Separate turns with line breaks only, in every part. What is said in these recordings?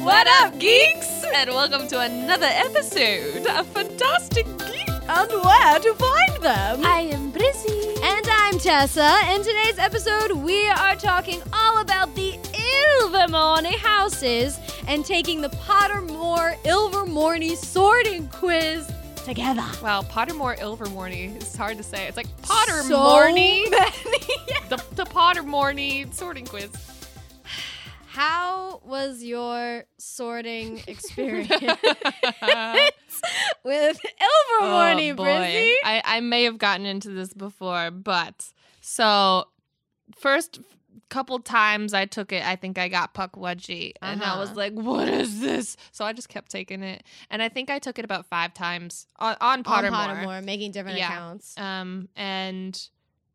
What up, geeks? And welcome to another episode of Fantastic Geek and Where to Find Them.
I am Brizzy.
And I'm Tessa. In today's episode, we are talking all about the Ilvermorny houses and taking the Pottermore Ilvermorny sorting quiz together.
Wow, Pottermore Ilvermorny. It's hard to say. It's like
So
Pottermorny.
many.
the, the Pottermorny sorting quiz.
How was your sorting experience with Ilvermorny,
Oh, boy.
Oh, Brizzy?
I, I may have gotten into this before, but so first couple times I took it, I think I got puck wedgie, and I was
Uh-huh.
like, "What is this?" So I just kept taking it, and I think I took it about five times on on Pottermore.
On Pottermore, making different
Yeah.
accounts.
Um, and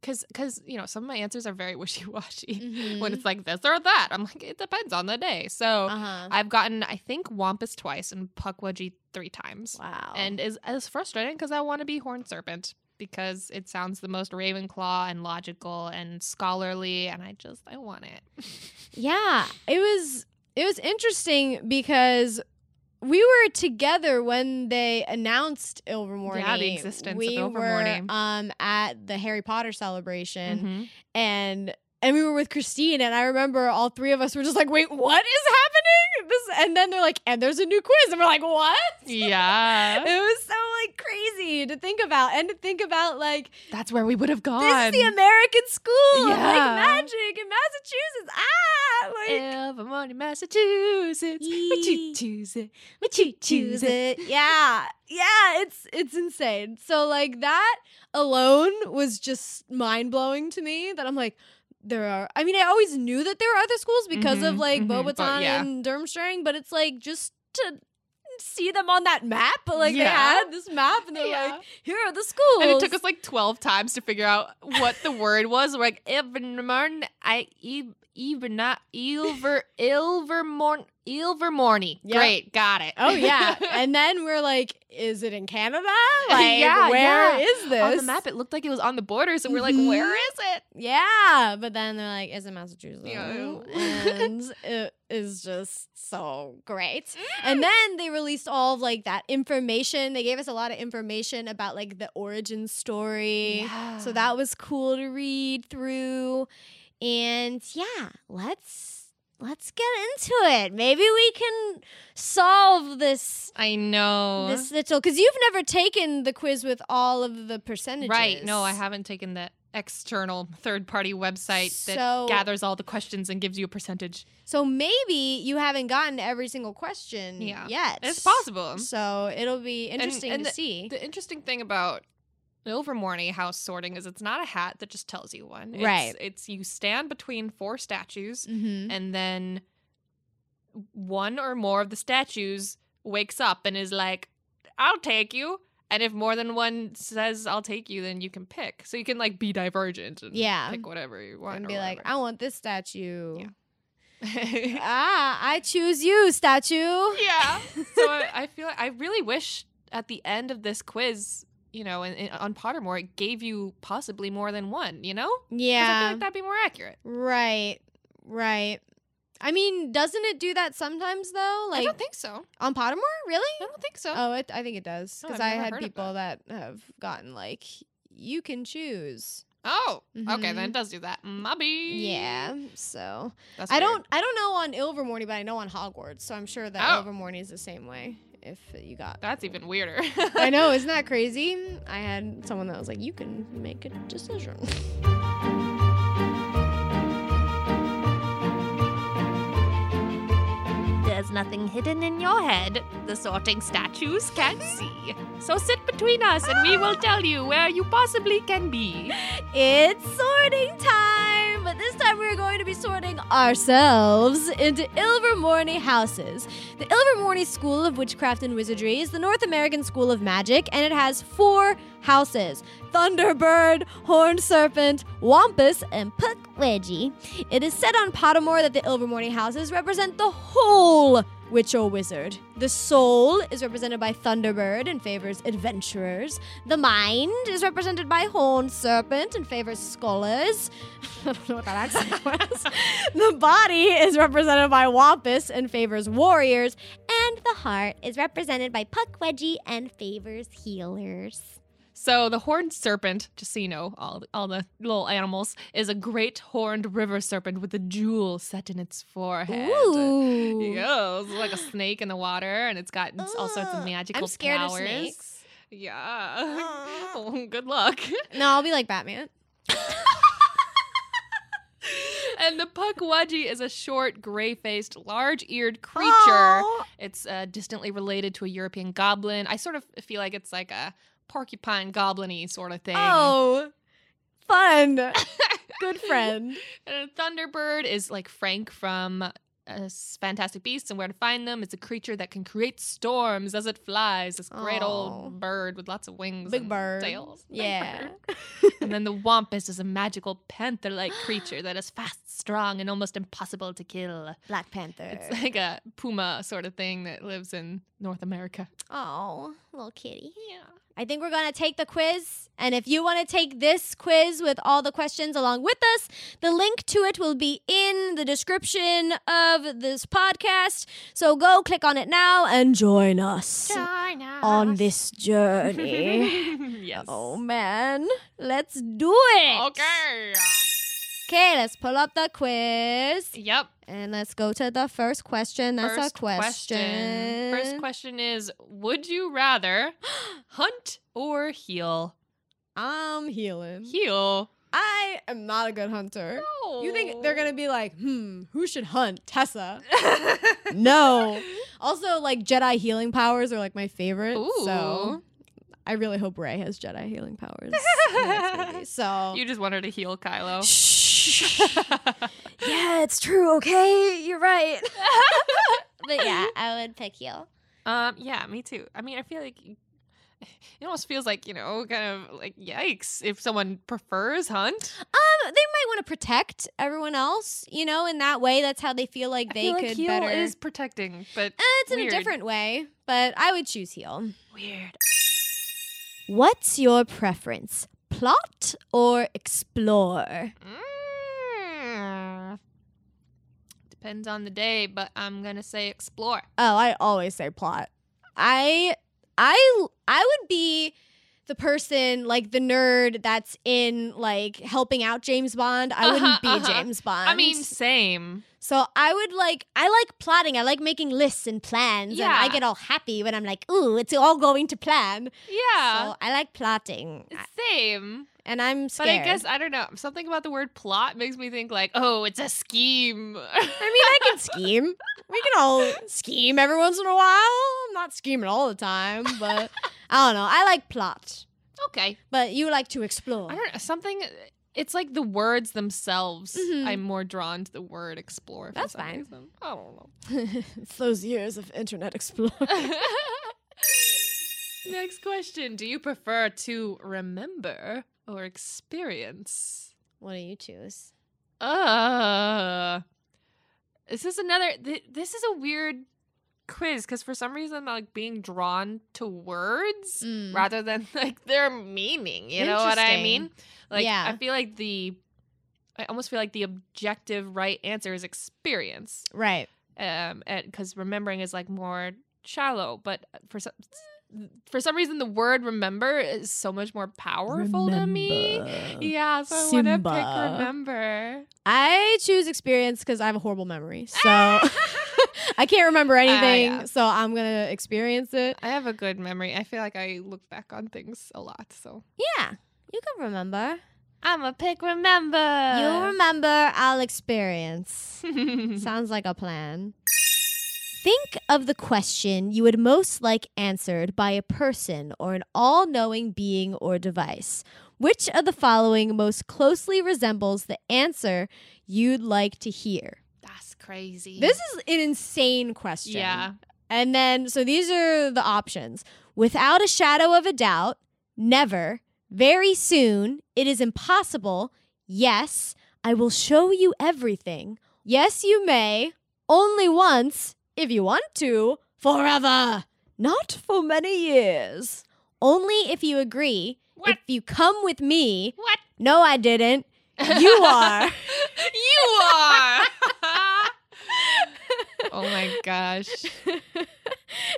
because because you know some of my answers are very wishy washy when
Mhm.
it's like this or that. I'm like, it depends on the day. So
uh-huh.
I've gotten I think Wampus twice and puck wedgie three times
wow.
and is as frustrating because I want to be Horn Serpent because it sounds the most Ravenclaw and logical and scholarly, and I just I want it.
Yeah, it was it was interesting because we were together when they announced Ilvermorny.
Yeah, the existence of
we
Ilvermorny.
Were, um, at the Harry Potter celebration,
Mm-hmm.
and and we were with Christine, and I remember all three of us were just like, "Wait, what is happening?" This, and then they're like, "And there's a new quiz," and we're like, "What?" It
Yeah,
was so like crazy to think about, and to think about like
that's where we would have gone.
this is the American school of,
Yeah.
like magic in Massachusetts. Ah, like.
Ilvermorny, Massachusetts. Would you
Yee.
choose it?
But you choose it. Yeah. Yeah, it's it's insane. So like that alone was just mind-blowing to me that I'm like there are I mean I always knew that there were other schools because
Mhm,
of like
mhm,
Bobaton
but yeah.
and Durmstrang, but it's like just to see them on that map, like they
Yeah.
had this map and they're
Yeah.
like here are the schools.
And it took us like twelve times to figure out what the word was. We're like Ilvermorny, I e- even not Ilver Ilvermorny Ilvermorny.
Yep.
Great, got it.
Oh yeah. and then we're like is it in Canada? Like
Yeah, yeah.
where is this?
on the map it looked like it was on the border so we're like
Mhm.
where is it
Yeah, but then they're like, "Is it Massachusetts?"
Yeah.
And it is just so great.
Mm.
And then they released all of like that information. They gave us a lot of information about like the origin story. So that was cool to read through. And yeah, let's let's get into it. Maybe we can solve this
i know
this little because you've never taken the quiz with all of the percentages,
right no i haven't taken the external third party website that
So-
gathers all the questions and gives you a percentage
So maybe you haven't gotten every single question
Yeah.
yet.
it's possible
So it'll be interesting
and
to see.
the interesting thing about Ilvermorny house sorting is it's not a hat that just tells you one It's-
Right.
it's you stand between four statues
mm-hmm.
and then one or more of the statues wakes up and is like, "I'll take you." And if more than one says, "I'll take you," then you can pick. So you can like be divergent and
Yeah.
pick whatever you want
And
or
be like, I want this statue.
Yeah. whatever.
ah, I choose you, statue.
yeah. So I, I feel I really wish at the end of this quiz, you know, in, in, on Pottermore, it gave you possibly more than one. You know, 'Cause I feel
Yeah.
like that'd be more accurate.
Right. Right. I mean, doesn't it do that sometimes though?
I
Like
don't think so.
on Pottermore, really?
I don't think so.
Oh, it, I think it does
No,
because
I've
I
never
had
heard of
people that have gotten like, you can choose.
oh, okay,
Mhm.
then it does do that. Mubby.
Yeah. So
That's
I
weird.
don't I don't know on Ilvermorny, but I know on Hogwarts, so I'm sure
Oh.
that Ilvermorny is the same way. If you got
That's even weirder.
I know, isn't that crazy? I had someone that was like, "You can make a decision."
There's nothing hidden in your head. The sorting statues can't see. So sit between us and we will tell you where you possibly can be.
It's sorting time, but this time we're going to be sorting ourselves into Ilvermorny houses. The Ilvermorny School of Witchcraft and Wizardry is the North American School of Magic, and it has four houses Thunderbird, Horned Serpent, Wampus, and Puck Wedgie. It is said on Pottermore that the Ilvermorny houses represent the whole witch or wizard. The soul is represented by Thunderbird and favors adventurers. The mind is represented by Horned Serpent and favors scholars. I don't know what that accent was. the body is represented by Wampus and favors warriors.
And the heart is represented by Puck Wedgie and favors healers.
So the horned serpent, just so you know, all all the little animals, is a great horned river serpent with a jewel set in its forehead.
Ooh.
Yeah, it's like a snake in the water, and it's got it's all sorts
Ugh,
of magical
I'm scared
powers.
of snakes.
Yeah. Oh, good luck.
No, I'll be like Batman.
and the Puckwudgie is a short, gray-faced, large-eared creature.
Aw.
It's uh, distantly related to a European goblin. I sort of feel like it's like a porcupine goblin-y sort of thing.
Oh, fun. Good friend.
And a Thunderbird is like Frank from uh, s- Fantastic Beasts and Where to Find Them. It's a creature that can create storms as it flies. This great
Aw.
old bird with lots of wings,
Oh. Big
and
bird.
tails. Big
Yeah.
bird. and then the Wampus is a magical panther-like creature that is fast, strong, and almost impossible to kill.
Black Panther.
It's like a puma sort of thing that lives in North America.
Oh, little kitty.
Yeah.
I think we're going to take the quiz. And if you want to take this quiz with all the questions along with us, the link to it will be in the description of this podcast. So go click on it now and join us
China.
on this journey.
yes.
oh, man. Let's do it.
Okay.
Okay, let's pull up the quiz.
Yep.
And let's go to the first question. That's
First
a question.
First question is Would you rather hunt or heal?
I'm healing.
Heal.
I am not a good hunter. You think they're gonna be like, hmm, who should hunt? Tessa.
gonna.
No. also, like Jedi healing powers are like my favorite. So
Ooh.
I really hope Ray has Jedi healing powers. in the next movie. so
you just wanted to heal Kylo.
Shh. yeah, it's true. Okay, you're right.
But yeah, I would pick you.
um, yeah, me too. I mean, I feel like. It almost feels like, you know, kind of like yikes if someone prefers hunt.
Um, they might want to protect everyone else. You know, in that way, that's how they feel like they
I feel like
could
heal
better.
is protecting, but
Uh, it's in a
weird.
different way, but I would choose heal.
weird.
What's your preference? Plot or explore?
Mm. Depends on the day, but I'm gonna say explore.
Oh, I always say plot. I I I would be the person like the nerd that's in like helping out James Bond. I wouldn't be
Uh-huh, uh-huh.
James Bond.
I mean, same.
so I would like I like plotting. I like making lists and plans and I
Yeah.
get all happy when I'm like, "Ooh, it's all going to plan."
Yeah,
So I like plotting.
same.
And I'm
But
scared.
I guess I don't know. Something about the word plot makes me think like, oh, it's a scheme.
I mean, I can scheme. We can all scheme every once in a while. I'm not scheming all the time, but I don't know. I like plot,
okay.
but you like to explore.
I don't know. Something. It's like the words themselves.
Mhm.
I'm more drawn to the word explore. for
That's
some
fine.
reason. I don't know.
it's those years of internet explore.
Next question. Do you prefer to remember or experience?
What do you choose?
Uh, this is another, th- this is a weird quiz because for some reason, I like being drawn to words
Mm.
rather than like their meaning. You know what I
Interesting.
mean? Like,
Yeah.
I feel like the, I almost feel like the objective right answer is experience
Right.
um because remembering is like more shallow but uh, for some for some reason the word remember is so much more powerful to me yeah so i want to
Simba.
pick remember
I choose experience because I have a horrible memory. So I can't remember anything.
Oh, yeah.
So I'm going to experience it.
i have a good memory i feel like i look back on things a lot so
Yeah. You can remember.
i'm a pick remember
you remember, I'll experience.
remember
Sounds like a plan. Think of the question you would most like answered by a person or an all knowing being or device. Which of the following most closely resembles the answer you'd like to hear?
that's crazy
This is an insane question.
yeah
And then, so these are the options without a shadow of a doubt,
Never. Very soon.
It is impossible. Yes, I will show you everything. Yes, you may. Only once, if you want to. Forever. Not for many years.
Only if you agree.
What?
If you come with me.
What?
No, I didn't. You are.
you are. oh my gosh.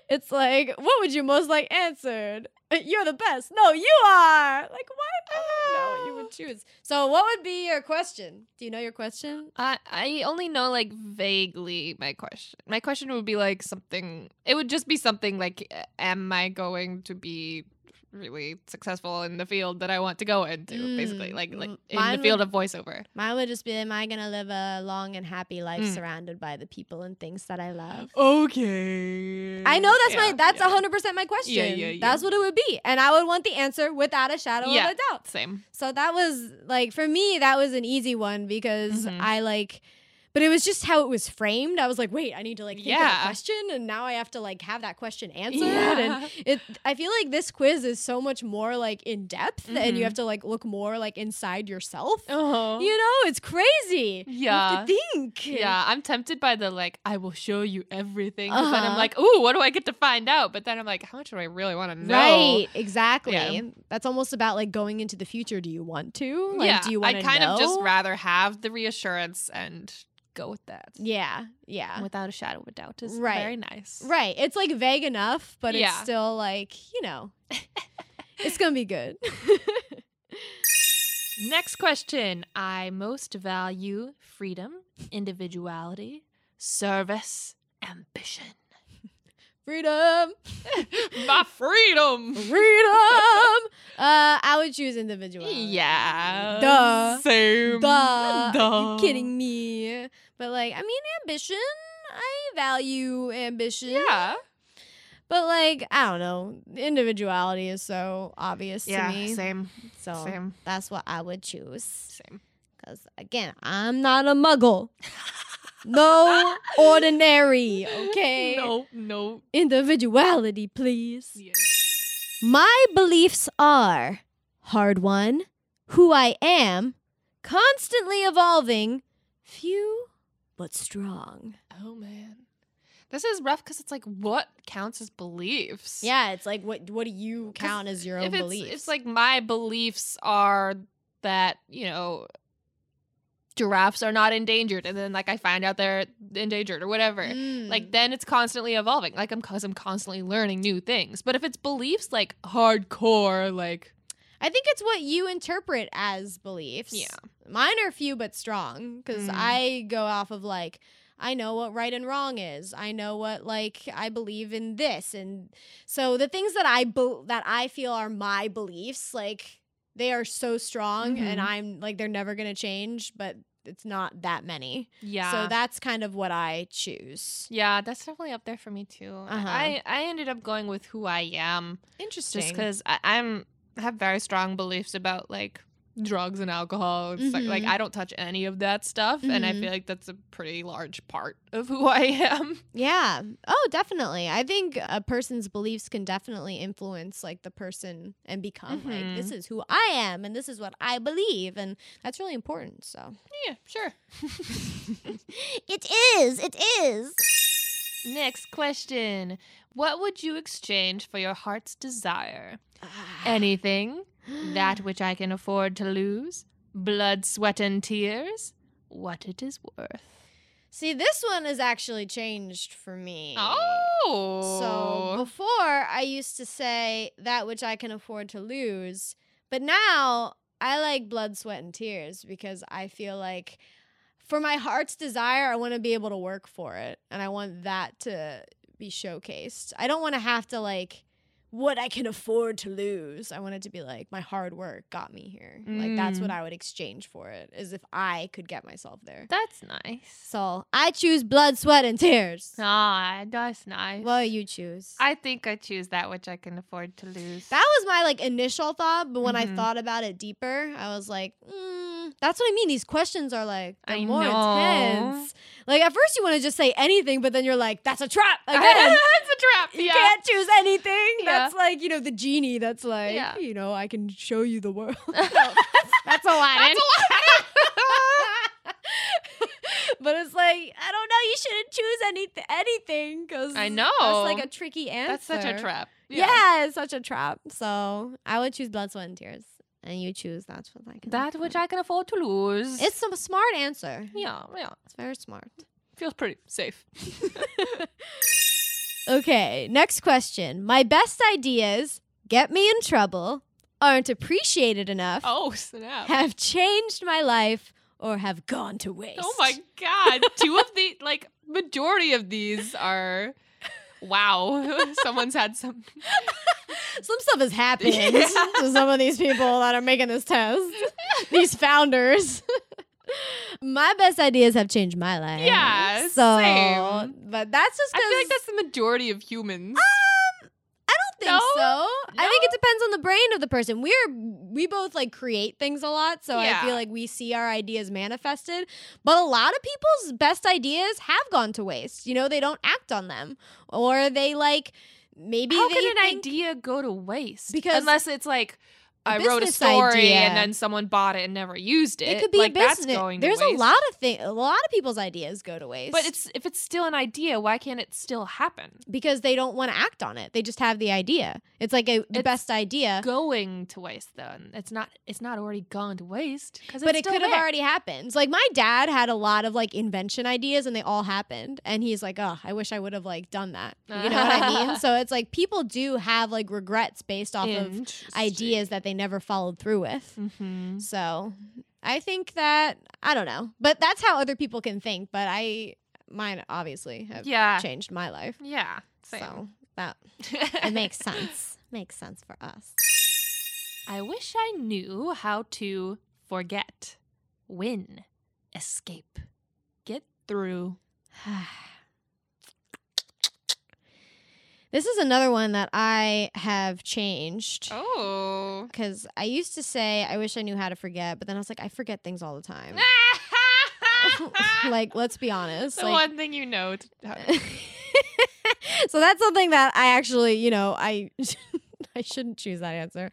It's like, what would you most like answered? Uh, You're the best. No, you are. Like what? I don't know what you would choose. So what would be your question? Do you know your question?
I I only know like vaguely my question. My question would be like something. It would just be something like, uh, am I going to be really successful in the field that I want to go into? basically,
Mm,
like like
mm,
in
mine
the field of voiceover.
Mine would just be, am I gonna live a long and happy life
Mm.
surrounded by the people and things that I love?
Okay.
I know that's
Yeah,
my that's
yeah.
hundred percent my question.
yeah, yeah.
That's what it would be. And I would want the answer without a shadow
Yeah.
of a doubt.
Same.
So that was like for me, that was an easy one because
Mhm.
I like but it was just how it was framed. I was like, wait, I need to like think of
Yeah.
a question and now I have to like have that question answered. And it I feel like this quiz is so much more like in depth and
Mhm.
you have to like look more like inside yourself.
Oh.
You know, it's crazy. You have to think.
Yeah, I'm tempted by the like, I will show you everything. 'cause then I'm
Uh-huh.
like, ooh, what do I get to find out? But then I'm like, how much do I really want to know?
Right, exactly.
Yeah.
That's almost about like going into the future. Do you want to? Like,
yeah,
do you want
I
to
kind of just
know?
rather have the reassurance and go with that.
yeah, yeah.
Without a shadow of a doubt is
Right.
very nice.
Right. It's like vague enough, but it's
Yeah.
still like, you know, it's going to be good.
Next question. I most value freedom, individuality, service, ambition.
Freedom.
My freedom.
Freedom. uh, I would choose individuality.
Yeah.
Duh.
Same.
Duh. Are
Duh.
you kidding me? But like, I mean, ambition. I value ambition.
Yeah.
But like, I don't know. Individuality is so obvious
Yeah.
to me.
Same.
So
Same.
that's what I would choose.
Same.
Because again, I'm not a muggle. No ordinary, okay?
No, no.
Individuality, please.
Yes.
My beliefs are hard won, who I am, constantly evolving, few but strong.
Oh man, this is rough because it's like what counts as beliefs?
Yeah, it's like what what do you
'Cause
count as your
if
own
it's,
beliefs?
It's like my beliefs are that you know giraffes are not endangered, and then like I find out they're endangered or whatever. Like then it's constantly evolving. Like I'm cause I'm constantly learning new things. But if it's beliefs like hardcore, like
I think it's what you interpret as beliefs.
Yeah.
Mine are few but strong because
Mm.
I go off of like, I know what right and wrong is. I know what like I believe in this, and so the things that I bel that I feel are my beliefs, like they are so strong, and
Mhm.
I'm like they're never gonna change. But it's not that many,
yeah,
so that's kind of what I choose.
yeah, that's definitely up there for me too.
Uh-huh.
I I ended up going with who I am.
Interesting.
just because I'm I have very strong beliefs about like drugs and alcohol. It's like, like
Mhm.
I don't touch any of that stuff, and I
Mhm.
feel like that's a pretty large part of who I am.
Yeah. Oh, definitely. I think a person's beliefs can definitely influence like the person and become
Mhm.
like
Mm-hmm.
this is who I am and this is what I believe and that's really important. So
Yeah, sure.
It is. It is.
Next question: What would you exchange for your heart's desire?
Ah.
Anything that which I can afford to lose, blood, sweat, and tears. What it is worth.
See, this one has actually changed for me.
Oh.
So
Oh,
before I used to say that which I can afford to lose, but now I like blood, sweat, and tears because I feel like for my heart's desire, I want to be able to work for it and I want that to be showcased. I don't want to have to like what I can afford to lose. I want it to be like my hard work got me here. Like that's
Mm.
what I would exchange for it is if I could get myself there.
that's nice.
So I choose blood, sweat, and tears.
Ah, that's nice.
What do you choose?
I think I choose that which I can afford to lose.
That was my like initial thought, but when
Mhm.
I thought about it deeper, I was like, mm, Mm, that's what I mean. These questions are like they're
I
more
know.
intense. Like at first you want to just say anything, but then you're like, that's a trap again.
That's a trap.
You
yeah.
can't choose anything.
Yeah.
That's like, you know, the genie that's like,
Yeah.
you know, I can show you the world.
That's Aladdin.
but it's like, I don't know, you shouldn't choose anything anything cuz
I
That's like
know.
a tricky answer.
That's such a trap.
Yeah. it's such a trap. So, I would choose blood, sweat and tears. And you choose that's what I can.
That which I can afford to lose.
It's a smart answer.
yeah, yeah.
It's very smart.
Feels pretty safe.
Okay, next question. My best ideas get me in trouble, aren't appreciated enough,
Oh snap.
have changed my life, or have gone to waste.
Oh my god. Two of the like majority of these are wow. Someone's had some
Some stuff has happened
Yeah.
to some of these people that are making this test, these founders. my best ideas have changed my life.
Yeah,
so,
same.
but that's just
I
because
feel like that's the majority of humans.
I don't think so. I think
No?
it depends on the brain of the person. We're we both like create things a lot, so I
Yeah.
feel like we see our ideas manifested. But a lot of people's best ideas have gone to waste. You know, they don't act on them, or they like maybe
How
they
can an
think-
idea go to waste?
Because-
unless it's like
A
I wrote a
business
story
idea.
and then someone bought it and never used it.
It could be
like
a business.
that's going
There's
to waste.
a lot of things. A lot of people's ideas go to waste,
But it's if it's still an idea, why can't it still happen?
because they don't want to act on it. They just have the idea. It's like a, the
It's
best idea.
Going to waste then. It's not it's not already gone to waste cuz
but it
it's
could have already happened. Like my dad had a lot of like invention ideas and they all happened. And he's like, oh, I wish I would have like done that. You know what I mean? So it's like people do have like regrets based off of ideas that they never followed through with.
hmm
So I think that I don't know. But that's how other people can think. But I mine obviously have
Yeah.
changed my life.
Yeah. Same.
So that it makes sense. Makes sense for us.
I wish I knew how to forget, win, escape, get through.
this is another one that I have changed.
Oh.
Because I used to say, I wish I knew how to forget, but then I was like, I forget things all the time. like, let's be honest.
the
like-
one thing you know. To, how to-
so that's something that I actually, you know, I I shouldn't choose that answer.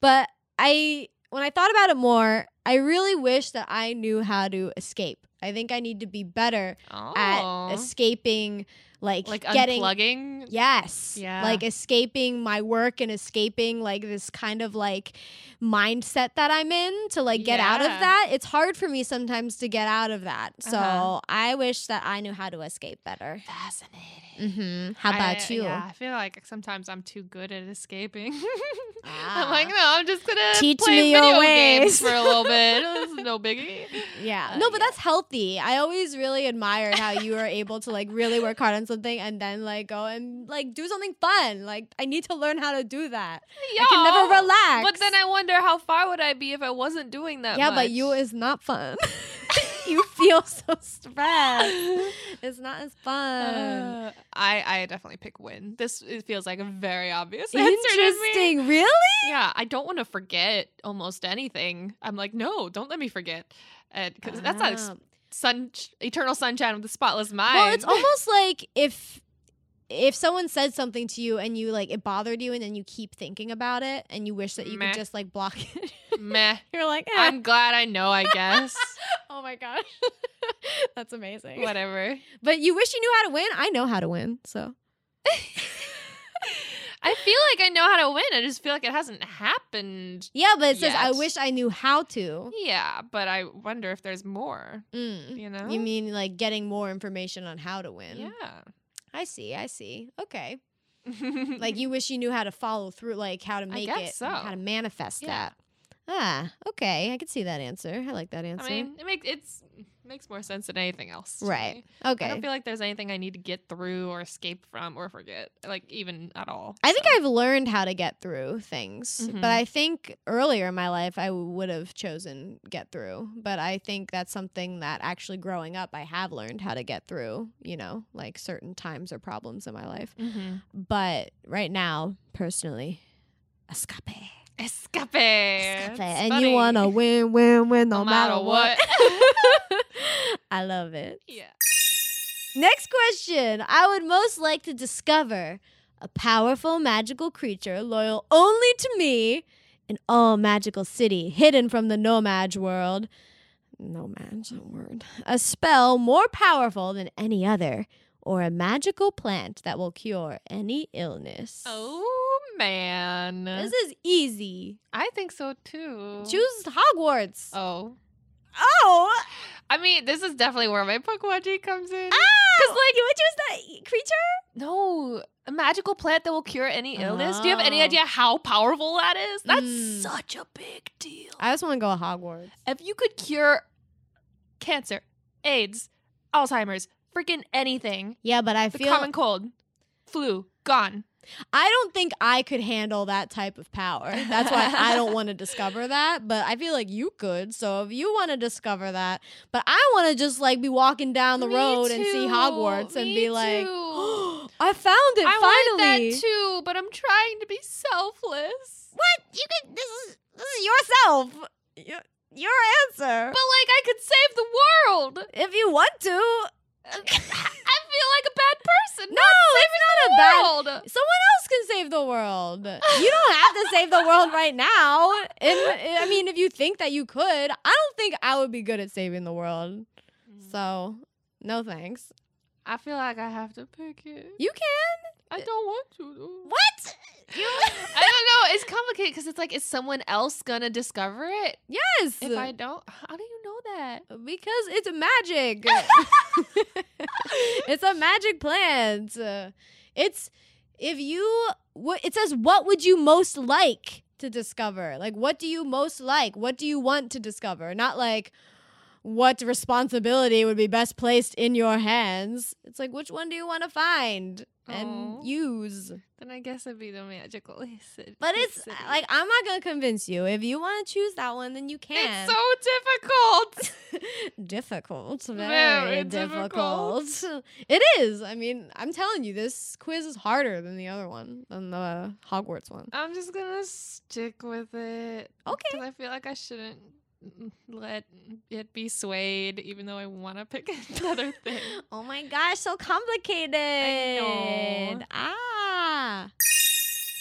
But I when I thought about it more, I really wish that I knew how to escape. I think I need to be better
Oh.
at escaping like,
like
getting
unplugging.
Yes.
Yeah.
Like escaping my work and escaping like this kind of like mindset that I'm in to like get out of
Yeah.
that. It's hard for me sometimes to get out of that. So
Uh-huh.
I wish that I knew how to escape better.
Fascinating.
Mm-hmm. How about
I,
you?
Yeah, I feel like sometimes I'm too good at escaping.
Ah.
I'm like, no, I'm just gonna
Teach
play
me your
video
ways."
games for a little bit. This is no biggie.
Yeah.
Uh,
no, but
yeah.
that's healthy. I always really admired how you were able to like really work hard on something and then like go and like do something fun. Like I need to learn how to do that. I can never
Yo.
relax.
But then I wonder how far would I be if I wasn't doing that?
Yeah,
much?
but you is not fun. you feel so stressed. It's not as fun.
Uh, I I definitely pick win. This it feels like a very obvious answer to me.
Interesting. Really?
Yeah, I don't want to forget almost anything. I'm like, no, don't let me forget, because that's not ex-
Ah.
sun eternal sunshine of the spotless mind.
Well, it's almost like if if someone said something to you and you like it bothered you and then you keep thinking about it and you wish that you
Meh.
could just like block it.
meh.
You're like, eh.
I'm glad I know. I guess
oh my gosh. That's amazing.
whatever.
But you wish you knew how to win? I know how to win, so.
I feel like I know how to win. I just feel like it hasn't happened.
Yeah, but it says I
Yes.
wish I knew how to.
Yeah, but I wonder if there's more.
Mm.
You know.
You mean like getting more information on how to win?
Yeah.
I see. I see. Okay. Like you wish you knew how to follow through, like how to make
Mm-hmm. guess
it, and how
so.
to manifest
Yeah.
that. Ah, okay. I can see that answer. I like that answer.
I mean, it makes it's makes more sense than anything else. to
Right.
me. I
okay.
don't feel like there's anything I need to get through or escape from or forget, like even at all.
I think
so.
I've learned how to get through things,
Mhm.
but I think earlier in my life I would have chosen get through. But I think that's something that actually growing up I have learned how to get through, you know, like certain times or
Mm-hmm.
problems in my life. But right now, personally, escape.
Escape.
Escape.
It's
And
and
funny.
you want to win, win, win,
No
no,
matter what.
I love it.
yeah.
Next question. I would most like to discover a powerful magical creature loyal only to me in all magical city, hidden from the nomad world. Nomad's a word. A spell more powerful than any other, or a magical plant that will cure any illness.
Oh man.
This is easy.
I think so too.
Choose Hogwarts.
Oh.
Oh,
I mean, this is definitely where my Pukwudgie comes in.
Because like you would
e,
choose that creature.
Ah! No, a magical plant that will cure any illness. Do you have any
Oh.
idea how powerful that is? That's
Mm.
such a big deal.
I just want to go to Hogwarts.
if you could cure cancer, AIDS, Alzheimer's, freaking anything,
Yeah, but I
the
feel
common cold, flu, gone.
I don't think I could handle that type of power. That's why I don't want to discover that. But I feel like you could. So if you want to discover that, but I want to just like be walking down the
Me
road and see
too.
Hogwarts and
Me
be like,
too.
"Oh, I found it
I
finally.
wanted that too, but I'm trying to be selfless.
What you could? This is this is yourself. Your, your
But
answer.
like, I could save the world.
if you want to,
I feel like a bad person.
no, it's not a bad
world.
Someone else can save the world. You don't have to save the world right now. And I mean, if you think that you could, I don't think I would be good at saving the world.
Mm.
So, no thanks.
I feel like I have to pick it.
You can.
I don't want to. Though.
What?
I don't know. It's complicated because it's like, is someone else gonna discover it
Yes.
if I don't? How do you know that?
because it's magic. it's a magic plant. It's if you wh- it says what would you most like to discover? Like what do you most like? What do you want to discover? Not like what responsibility would be best placed in your hands? It's like which one do you want to find and
Aw.
use?
Then I guess it'd be the magical city.
But it's uh,
city.
like I'm not going to convince you. If you want to choose that one then you can.
it's so difficult.
difficult. Very,
Very
difficult.
difficult.
It is. I mean, I'm telling you, this quiz is harder than the other one, than the Hogwarts one.
I'm just gonna stick with it.
Okay.
Because I feel like I shouldn't let it be swayed, even though I want to pick another thing.
Oh my gosh, so complicated.
I know.
Ah.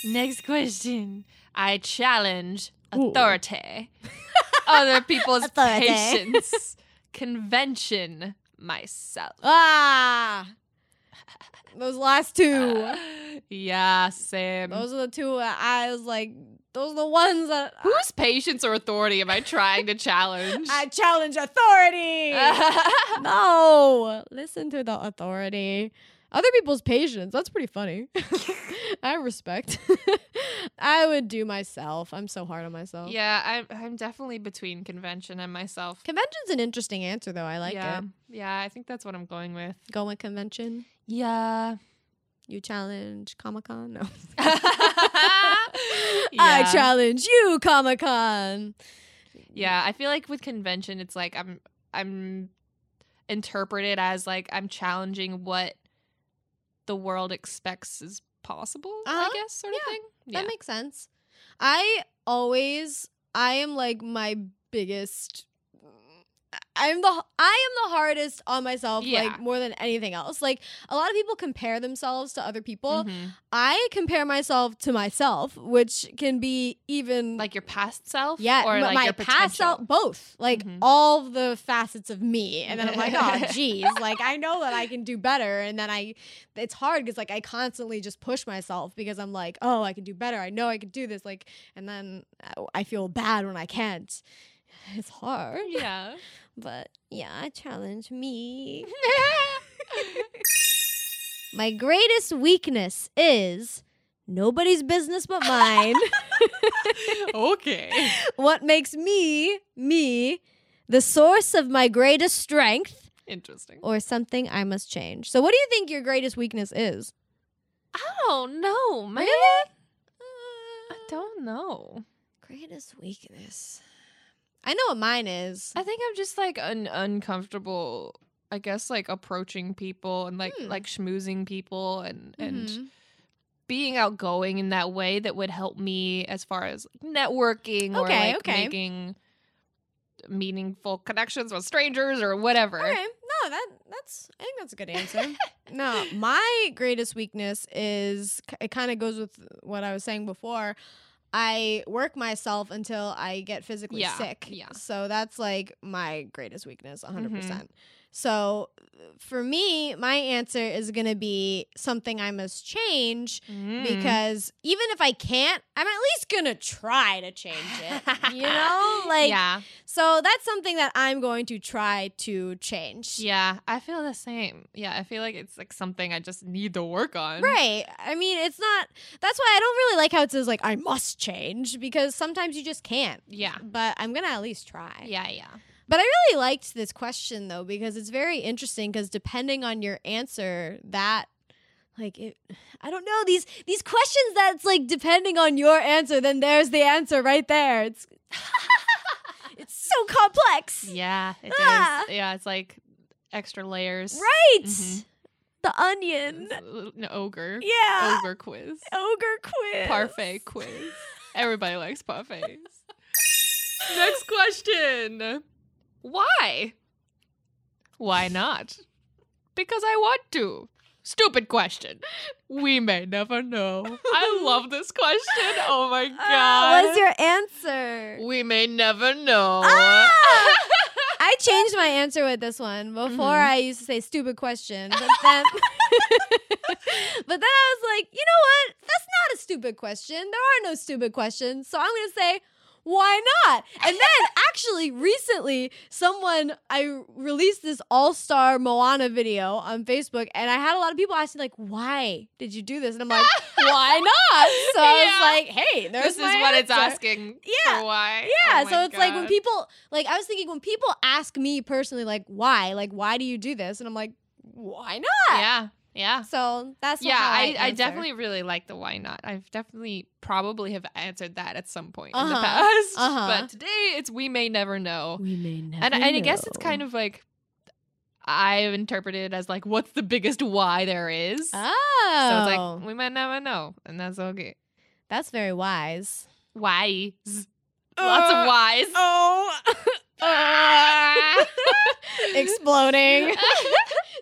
Next question. I challenge
Ooh.
authority, other people's
Authority.
patience, convention, myself.
Ah. Those last two.
yeah, Sam.
Those are the two that I was like, those are the ones that
Whose patience or authority am I trying to challenge?
I challenge authority. no, listen to the authority. Other people's patience. That's pretty funny. I respect. I would do myself. I'm so hard on myself.
yeah, I'm, I'm definitely between convention and myself.
Convention's an interesting answer, though. I like
yeah.
it.
Yeah, I think that's what I'm going with.
Go with convention.
Yeah.
You challenge Comic Con? No. I
I
challenge you, Comic Con.
Yeah, I feel like with convention, it's like I'm I'm interpreted as like I'm challenging what the world expects is possible.
Uh-huh.
I guess sort
Yeah.
of thing.
That makes sense. I always, I am like my biggest. I'm the I am the hardest on myself,
Yeah.
like more than anything else. Like a lot of people compare themselves to other people.
Mhm.
I compare myself to myself, which can be even
Like your past self,
yeah,
or
m-
like
my
your
past self,
potential?
both, like
Mhm.
all the facets of me. And then I'm like, oh, geez, like I know that I can do better. And then I, it's hard because like I constantly just push myself because I'm like, oh, I can do better. I know I can do this. Like, and then I- I feel bad when I can't. It's hard,
Yeah.
but yeah, I challenge me. My greatest weakness is nobody's business but mine.
okay.
what makes me me the source of my greatest strength
Interesting.
or something i must change so what do you think your greatest weakness is
I
Oh,
don't know, man.
really Uh,
I don't know.
greatest weakness i know what mine is
I think I'm just like an uncomfortable. I guess like approaching people and like
Hmm.
like schmoozing people and and
Mhm.
being outgoing in that way that would help me as far as networking or
Okay,
like
okay.
making meaningful connections with strangers or whatever.
Okay. No, that that's I think that's a good answer. no, my greatest weakness is it kind of goes with what I was saying before. I work myself until I get physically
Yeah,
sick.
yeah. Mm-hmm.
So that's like my greatest weakness, 100%. percent So for me, my answer is going to be something I must change
Mm.
because even if I can't, I'm at least going to try to change it. you know? Like
yeah,
so that's something that I'm going to try to change.
yeah, I feel the same. Yeah, I feel like it's like something I just need to work on.
Right. I mean, it's not. That's why I don't really like how it says like I must change because sometimes you just can't.
Yeah.
But I'm gonna at least try.
Yeah, yeah.
But I really liked this question though because it's very interesting because depending on your answer, that like it, I don't know these these questions that's like depending on your answer, then there's the answer right there. It's it's so complex.
Yeah, it is.
Ah.
Yeah, it's like extra layers.
Right.
Mhm.
The onion.
It's a- An ogre.
Yeah.
Ogre quiz.
Ogre quiz.
Parfait quiz. Everybody likes parfaits. Next question. Why? Why not? Because I want to. Stupid question. We may never know. I love this question. Oh my
Ah,
god.
What's your answer?
we may never know.
Ah! I changed my answer with this one. Before
Mhm.
I used to say stupid question, but then But then I was like, you know what? That's not a stupid question. There are no stupid questions. So I'm gonna say why not? And then actually recently someone I released this all-star Moana video on Facebook and I had a lot of people asking like, "Why did you do this?" And I'm like, "Why not?" So
Yeah.
I was like, "Hey, there's
this is
my
what it's
answer.
asking.
Yeah.
For why?
Yeah,
Oh
so
my
it's like when
God.
people like I was thinking when people ask me personally like why, like why do you do this, and I'm like, why not?
Yeah. Yeah.
So that's
yeah,
how
I, I
answer.
definitely really like the why not. I've definitely probably have answered that at some point in the
Uh-huh.
past.
Uh-huh.
But today it's we may never know.
we may never
and and I guess it's kind of like I've interpreted it as like what's the biggest why there is.
oh,
So it's like mm. we might never know, and that's okay.
that's very wise.
Whys. Lots of
Uh,
whys.
Oh,
Ah.
exploding,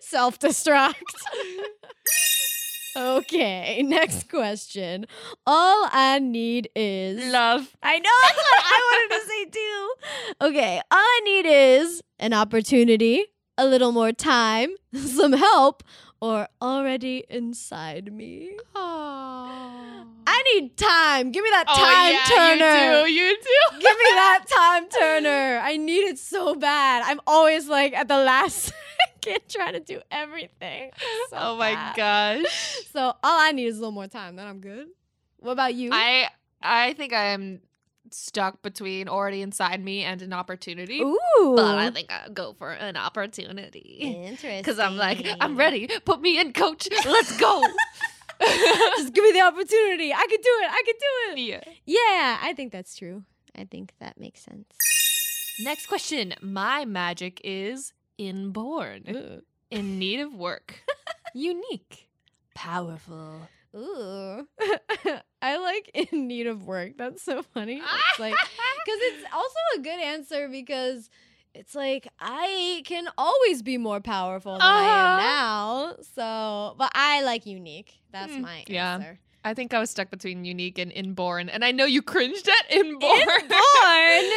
self destruct. Okay, next question. All I need is
Love.
I know that's what I wanted to say too. Okay, all I need is an opportunity, a little more time, some help, or already inside me.
Oh.
I need time. Give me that
Oh,
time turner.
yeah, You do. You do.
Give me that time turner. I need it so bad. I'm always like at the last second trying to do everything. So
oh my
bad.
gosh.
So all I need is a little more time, then I'm good. What about you?
I I think I am stuck between already inside me and an opportunity.
Ooh.
But I think I'll go for an opportunity.
Interesting.
Because I'm like, I'm ready. Put me in, coach. Let's go.
Just give me the opportunity. I could do it. I could do it.
Yeah.
Yeah, I think that's true.
I think that makes sense.
Next question. My magic is inborn, in need of work, unique, powerful.
Ooh. I like in need of work. That's so funny. It's like because it's also a good answer because it's like I can always be more powerful than
Uh-huh.
I am now. So, but I like unique. That's
Mm,
my
yeah.
answer.
I think I was stuck between unique and inborn, and I know you cringed at inborn.
Inborn?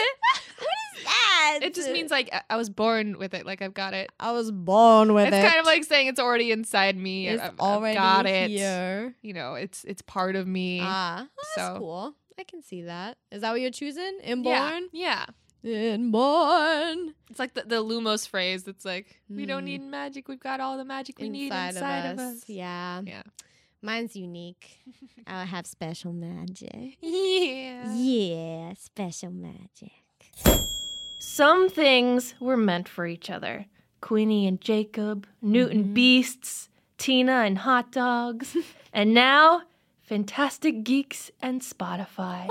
Yeah.
it just means like I- I was born with it. Like I've got it.
I was born with
it's kind of like saying it's already inside me.
it's
I've, I've
already
got it.
here.
You know, it's it's part of me.
Ah, well, that's
So-
cool. I can see that. Is that what you're choosing? Inborn?
Yeah. yeah.
Inborn.
It's like the, the Lumos phrase that's like, we don't
Mm.
need magic. We've got all the magic we need inside of us.
Yeah.
Yeah.
Mine's unique.
I'll have special magic.
Yeah.
Yeah, special magic.
Some things were meant for each other Queenie and Jacob, Newton
Mm-hmm.
Beasts, Tina and Hot Dogs, and now Fantastic Geeks and Spotify.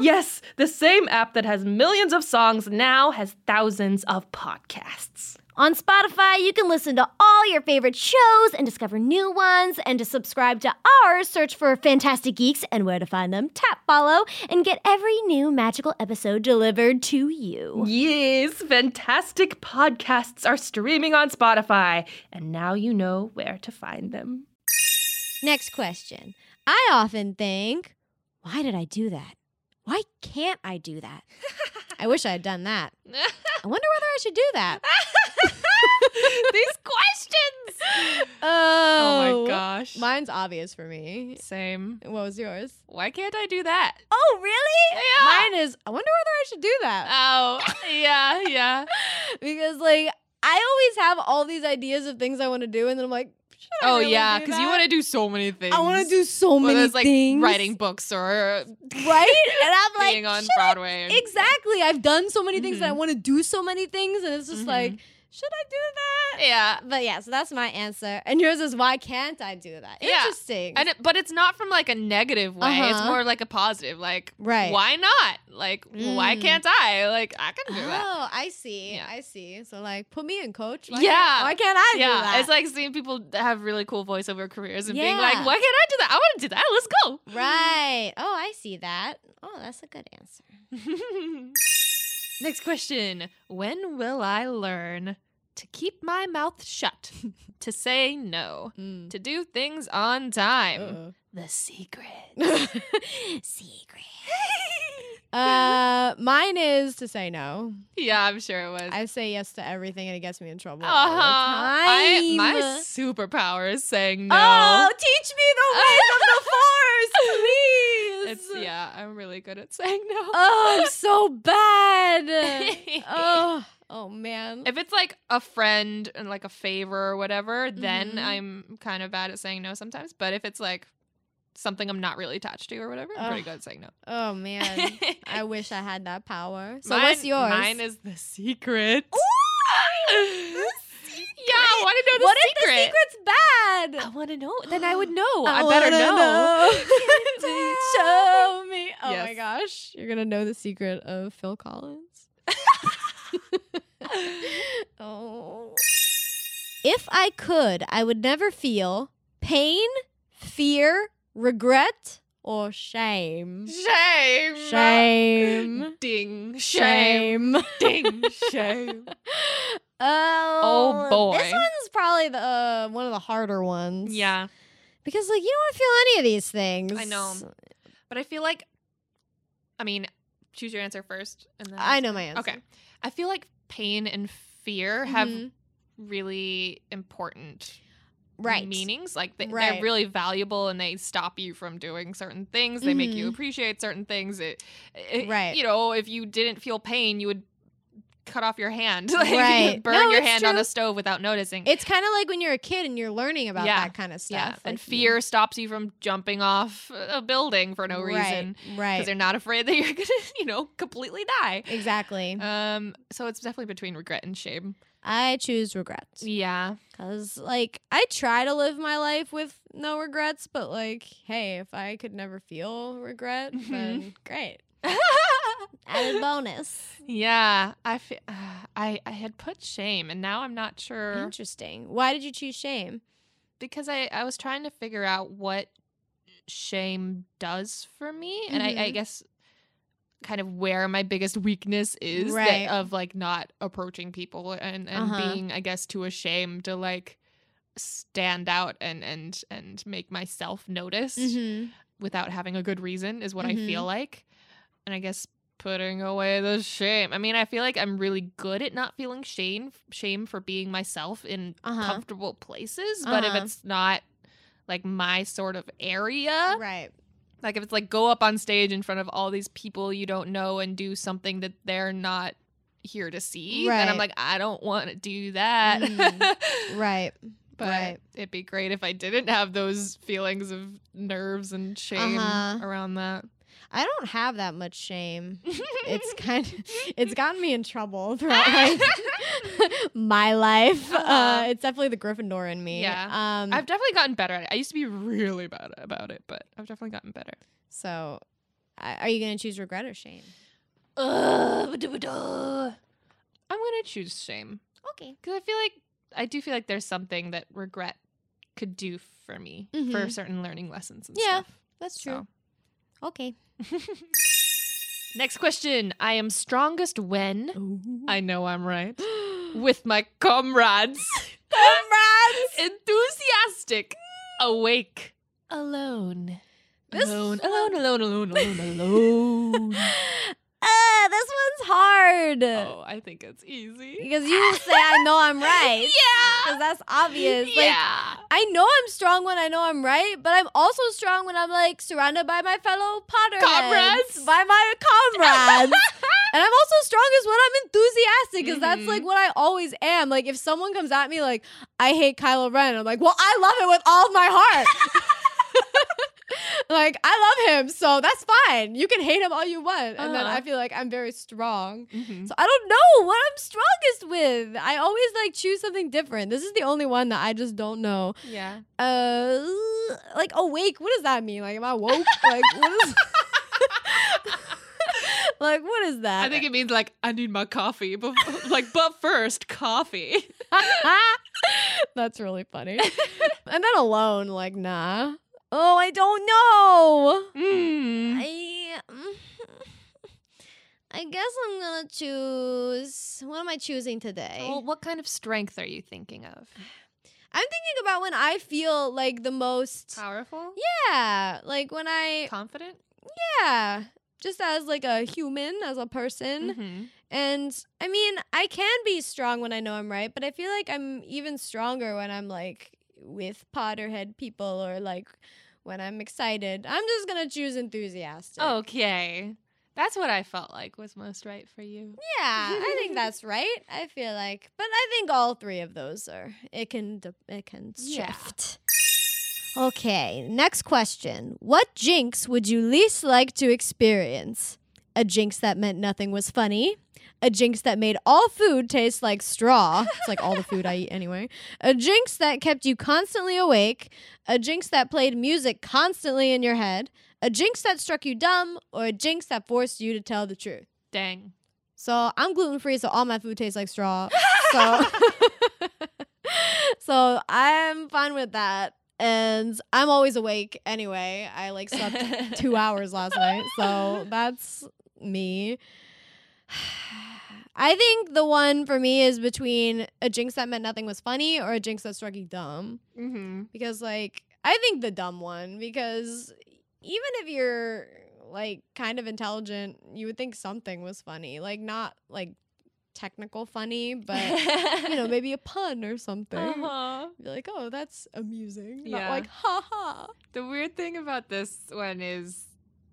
Yes, the same app that has millions of songs now has thousands of podcasts.
On Spotify, you can listen to all all your favorite shows and discover new ones. And to subscribe to ours, search for Fantastic Geeks and where to find them. Tap follow and get every new magical episode delivered to you.
Yes, fantastic podcasts are streaming on Spotify, and now you know where to find them.
Next question. I often think, why did I do that? Why can't I do that? I wish I had done that. I wonder whether I should do that.
These questions.
Oh,
Oh my gosh.
Mine's obvious for me.
Same.
What was yours?
Why can't I do that?
Oh, really?
Mine is, I wonder whether I should do that.
Oh, yeah, yeah.
because like I always have all these ideas of things I want to do, and then I'm like, should I
Oh,
really
yeah,
do
because you
that?
want to do so many things.
I want to do so
Whether
many
it's, like
things,
writing books or
right? And I'm like,
being on
should I-
Broadway. and-
exactly. I've done so many things, and I
Mhm.
want to do so many things, and it's just
Mhm.
like, should I do that?
Yeah.
But yeah, so that's my answer, and yours is why can't I do that?
Yeah.
Interesting.
And it, but it's not from like a negative way. It's
Uh-huh.
more like a positive. Like,
Right.
why not? Like, why
Mm.
can't I? Like, I can do that.
Oh, I see.
Yeah.
I see. So like, put me in, coach. Why
Yeah.
Can't, why can't I do
yeah,
that?
it's like seeing people that have really cool voiceover careers and being
Yeah.
like, "Why can't I do that? I want to do that. Let's go!"
right. Oh, I see that. Oh, that's a good answer.
Next question. When will I learn to keep my mouth shut, to say no, to do things on time?
Mm.
The secret.
Secret.
Uh, mine is to say no.
yeah, I'm sure it was.
I say yes to everything, and it gets me in trouble.
Uh-huh.
all the
I, my
time.
superpower is saying
Oh,
no.
teach me the ways of the force, please.
It's yeah, I'm really good at saying no.
Oh, I'm so bad. oh, oh man.
If it's like a friend and like a favor or whatever, then
Mhm.
I'm kind of bad at saying no sometimes. But if it's like something I'm not really attached to or whatever, I'm pretty
Ugh.
good at saying no.
Oh man. I wish I had that power. So
Mine-
what's yours?
Mine is the secret. Yeah, I want to know the
what
secret.
if the secret's
I
bad?
want to know. Then I would know. I,
wanna
better know.
Please show me. Oh my
Yes.
gosh, you're gonna know the secret of Phil Collins. oh. If I could, I would never feel pain, fear, regret, or shame.
Shame.
Shame.
Ding. Shame.
Shame.
Ding. Shame.
Oh,
boy.
This one's probably the uh, one of the harder ones.
Yeah.
Because like you don't want to feel any of these things.
I know. But I feel like, I mean, choose your answer first. And then
I know my answer.
Okay. I feel like pain and fear have
Mhm.
really important
right.
meanings. Like they,
Right.
they're really valuable and they stop you from doing certain things. They make you
Mhm.
appreciate certain things. It, it-
Right.
You know, if you didn't feel pain, you would cut off your hand, like you
Right.
would burn
No,
your
it's
hand on
true.
a stove without noticing.
It's kind of like when you're a kid and you're learning about
Yeah.
that kind of stuff.
yeah,
Like,
and
you-
fear stops you from jumping off a building for no reason
Right.
because
right.
they're not afraid that you're gonna, you know, completely die.
Exactly.
Um, so it's definitely between regret and shame.
I choose regrets
Yeah,
because, like, I try to live my life with no regrets, but like, hey, if I could never feel regret,
Mhm.
then great. Added bonus.
yeah. I, fe- uh, I, I had put shame, and now I'm not sure
Interesting. Why did you choose shame?
because I, I was trying to figure out what shame does for me, and I, I
Mhm.
guess kind of where my biggest weakness is that-
Right.
of like not approaching people and and
Uh-huh.
being I guess too ashamed to like stand out and and and make myself noticed.
Mm-hmm.
without having a good reason is what I feel
Mhm.
like. And I guess putting away the shame. I mean, I feel like I'm really good at not feeling shame shame for being myself in
Uh-huh.
comfortable places, but if
Uh-huh.
it's not like my sort of area,
Right.
like if it's like go up on stage in front of all these people you don't know and do something that they're not here to see, then I'm
Right.
like I don't want to do that.
Mhm. Right.
But
Right.
it'd be great if I didn't have those feelings of nerves and shame
Uh-huh.
around that.
I don't have that much shame. it's kind of it's gotten me in trouble throughout my, my life. uh
Uh-huh.
it's definitely the Gryffindor in me.
Yeah.
Um
I've definitely gotten better at it. I used to be really bad about it, but I've definitely gotten better.
so I- are you going to choose regret or shame?
I'm gonna choose shame
Okay.
because I feel like I do feel like there's something that regret could do for me for
Mhm.
certain learning lessons and
Yeah,
stuff.
That's
So.
true. Okay.
Next question. I am strongest when I know I'm right. With my comrades. comrades! Enthusiastic. Awake. Alone.
This
alone,
one-
alone, alone, alone, alone, alone.
Uh, this one's hard.
oh, I think it's easy.
Because you say I know I'm right.
Yeah.
Because that's obvious. Like
yeah.
I know I'm strong when I know I'm right, but I'm also strong when I'm like surrounded by my fellow Potterheads,
Comrades.
by my comrades. and I'm also strongest when I'm enthusiastic because
Mhm.
that's like what I always am. Like if someone comes at me like I hate Kylo Ren, I'm like, well, I love it with all of my heart. like I love him, so that's fine. You can hate him all you want, and then
Uh-huh.
I feel like I'm very strong.
Mhm.
So I don't know what I'm strongest with. I always like choose something different. This is the only one that I just don't know
Yeah.
uh like awake what does that mean like am i woke like what is like what is that
I think it means like I need my coffee, but like but first coffee.
that's really funny and then alone like nah oh i don't know
Mm.
i mm-hmm, i guess i'm gonna choose what am i choosing today
Well, what kind of strength are you thinking of?
i'm thinking about when i feel like the most
Powerful,
yeah like when i
confident.
yeah just as like a human as a person
Mhm.
And I mean, I can be strong when I know I'm right, but I feel like I'm even stronger when I'm like with Potterhead people or like when I'm excited. I'm just gonna choose enthusiastic.
Okay, that's what I felt like was most right for you.
yeah, I think that's right. I feel like, but I think all three of those are. It can de- it can
Yeah.
shift. Okay, next question. What jinx would you least like to experience? A jinx that meant nothing was funny. A jinx that made all food taste like straw. It's like all the food I eat anyway. A jinx that kept you constantly awake. A jinx that played music constantly in your head. A jinx that struck you dumb. Or a jinx that forced you to tell the truth.
Dang.
So I'm gluten free, so all my food tastes like straw. So, so I'm fine with that. And I'm always awake anyway. I like slept two hours last night. So that's me. I think the one for me is between a jinx that meant nothing was funny or a jinx that struck you dumb
Mm-hmm.
because like I think the dumb one because even if you're like kind of intelligent, you would think something was funny, like not like technical funny, but you know maybe a pun or something.
Uh-huh.
Be like, oh, that's amusing.
Yeah.
Not like, ha ha.
The weird thing about this one is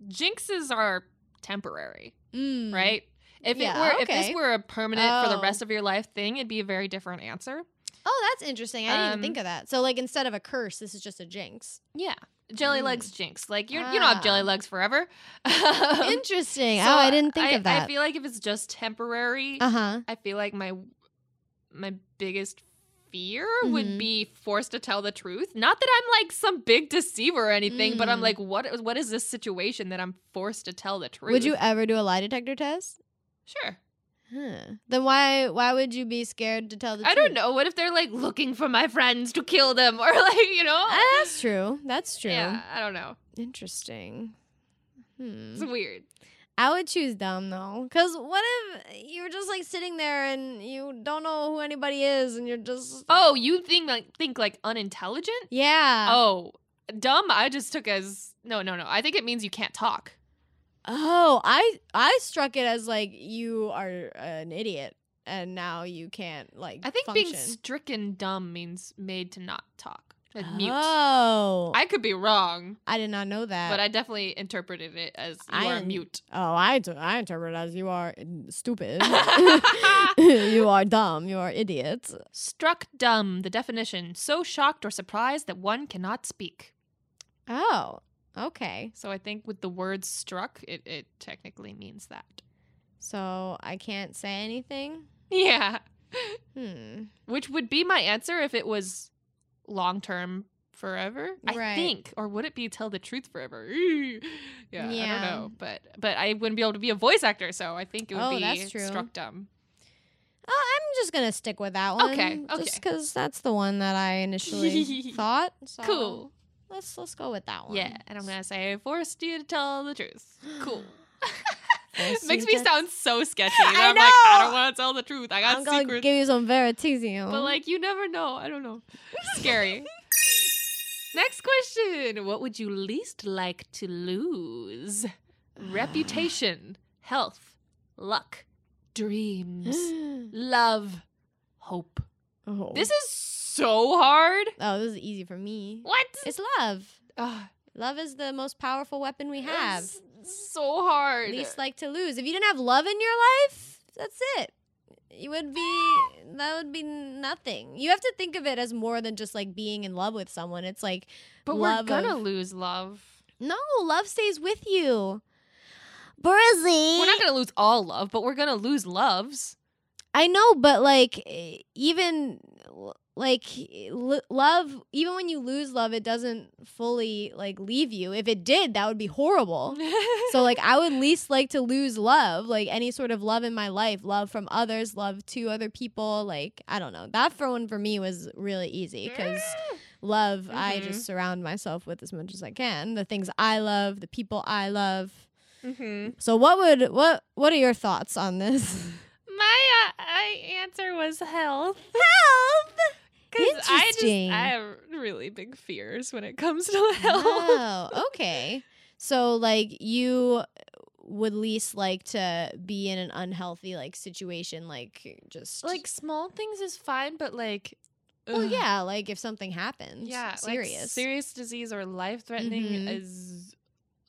jinxes are temporary,
Mm.
right? If it
Yeah,
were if
okay.
this were a permanent for the
Oh.
rest of your life thing, it'd be a very different answer.
Oh, that's interesting. I didn't
Um,
even think of that. So like instead of a curse, this is just a jinx.
Yeah. Jelly
Mm.
legs jinx. Like you're you don't have jelly
Ah.
legs forever.
interesting.
So
oh, I didn't think
I-
of that.
I feel like if it's just temporary,
uh huh.
I feel like my my biggest fear
Mhm.
would be forced to tell the truth. Not that I'm like some big deceiver or anything, but I'm
Mm.
like, what what is this situation that I'm forced to tell the truth?
Would you ever do a lie detector test?
Sure.
Huh. Then why why would you be scared to tell the
I
truth?
don't know. What if they're like looking for my friends to kill them or like you know?
Ah, that's true. That's true.
Yeah, I don't know.
Interesting. Hmm.
It's weird.
I would choose dumb though, because what if you're just like sitting there and you don't know who anybody is and you're just
Oh, you think like think like unintelligent?
yeah
Oh, dumb. I just took as no, no, no. I think it means you can't talk.
oh I I struck it as like you are an idiot and now you can't like
I think
function.
being stricken dumb means made to not talk, like mute.
oh I,
I could be wrong,
did not know that
but I definitely interpreted it as you
Uh, I
are
am-
mute.
oh I inter- I interpret it as you are mm, stupid you are dumb you are idiot
Struck dumb. The definition: so shocked or surprised that one cannot speak.
oh okay
So I think with the word struck, it, it technically means that.
So I can't say anything?
Yeah,
Hmm.
which would be my answer if it was long term forever i
Right.
think or would it be tell the truth forever Eee. yeah, i
Yeah.
don't know but but i wouldn't be able to be a voice actor so i think it would
Oh,
be
that's true.
struck dumb
Oh, I'm just gonna stick with that one.
Okay, okay.
Just because that's the one that I initially thought. So
Cool.
Let's let's go with that one.
Yeah, and I'm gonna say I forced you to tell the truth. Cool.
Forced
Makes
you
me
to-
sound so sketchy. that
I
I'm like, I
know.
don't want to tell the truth. I got
I'm gonna
secrets.
give you some veritasium.
But like you never know. I don't know. Scary. Next question. What would you least like to lose? Reputation, health, luck, dreams, love, hope.
oh.
This is so hard.
oh, this is easy for me.
What?
It's love.
Ugh,
Love is the most powerful weapon we have.
it's so hard.
Least like to lose. If you didn't have love in your life, that's it. You would be that would be nothing. You have to think of it as more than just like being in love with someone. It's like
but
love
we're gonna
of-
lose love.
no, love stays with you.
Brizzy.
We're not gonna lose all love, but we're gonna lose loves.
I know, but like e- even l- like l- love, even when you lose love, it doesn't fully like leave you. If it did, that would be horrible. so like I would least like to lose love, like any sort of love in my life, love from others, love to other people. Like I don't know. That for one for me was really easy because
Mm-hmm.
love, I just surround myself with as much as I can. The things I love, the people I love.
mm-hmm.
So what would what what are your thoughts on this?
My uh, I answer was health.
Health.
Because I just
Interesting.
I have really big fears when it comes to health.
Oh, okay. So like you would least like to be in an unhealthy like situation, like just
Like small things is fine, but like,
well,
ugh.
yeah, like if something happens,
yeah,
serious.
like serious disease or life threatening
Mhm.
is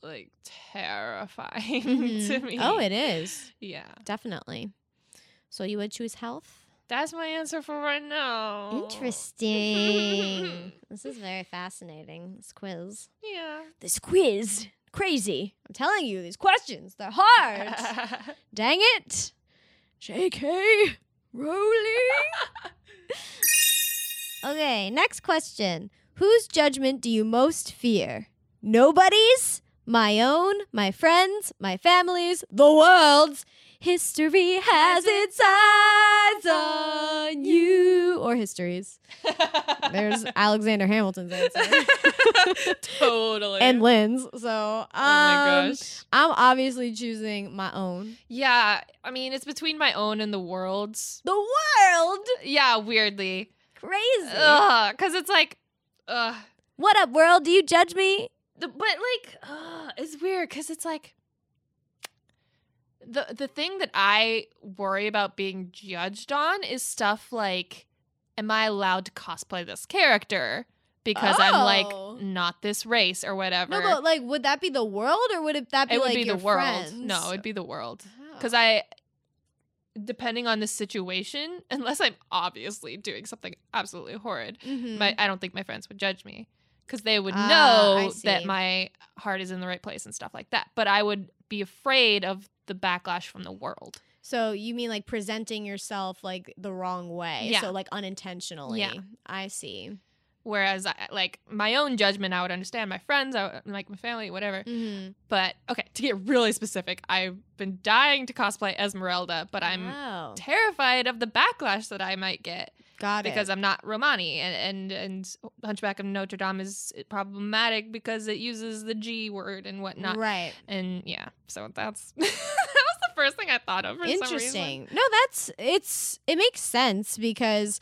like terrifying to
Mhm.
me.
Oh, it is
Yeah,
definitely. So you would choose health.
that's my answer for right now.
Interesting. this is very fascinating. This quiz.
Yeah.
This quiz. Crazy. I'm telling you, these questions, they're hard. Dang it. JK Rowling. Okay, next question. Whose judgment do you most fear? Nobody's, my own, my friends, my family's, the world's. History has its eyes on you. Or histories. There's Alexander Hamilton's answer.
totally.
and Lynn's. So,
oh
um,
my gosh.
I'm obviously choosing my own.
Yeah, I mean it's between my own and the world's.
The world!
Yeah, weirdly.
Crazy.
Ugh, cuz it's like ugh.
What up, world? Do you judge me?
The, but like ugh, it's weird cuz it's like the the thing that I worry about being judged on is stuff like am I allowed to cosplay this character because I'm
Oh.
like not this race or whatever.
No, but like, would that be the world or would it that be
it would
like
be the
your
world.
friends?
No, it'd be the world. because I, depending on the situation, unless I'm obviously doing something absolutely horrid,
Mhm.
my, I don't think my friends would judge me because they would
Ah, I
know
see.
that my heart is in the right place and stuff like that. But I would be afraid of the backlash from the world.
so you mean like presenting yourself like the wrong way?
Yeah.
So like unintentionally.
Yeah.
I see.
Whereas, I, like my own judgment, I would understand my friends, I would, like my family, whatever.
Mm-hmm.
But okay, to get really specific, I've been dying to cosplay Esmeralda, but I'm
Oh,
terrified of the backlash that I might get.
got
because
it.
I'm not Romani, and, and and Hunchback of Notre Dame is problematic because it uses the G word and whatnot.
right.
And yeah, so that's that was the first thing I thought of. For
Interesting. No, that's it's it makes sense because,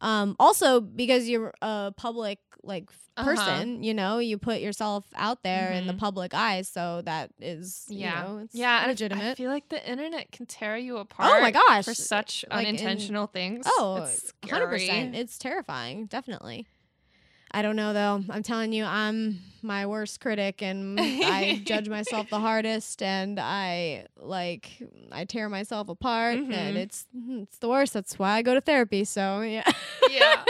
um, also because you're a public like
Uh-huh.
person, you know, you put yourself out there in the
Mhm.
public eye, so that is
Yeah.
you know, it's
Some reason. Yeah, and I-
legitimate.
I feel like the internet can tear you apart.
oh my gosh,
For such
Like in-
unintentional things.
Oh,
It's
hundred
scary.
percent. It's terrifying, definitely. I don't know though. I'm telling you, I'm my worst critic, and I judge myself the hardest, and I like I tear myself apart, and
Mhm.
it's it's the worst. That's why I go to therapy. So yeah.
yeah.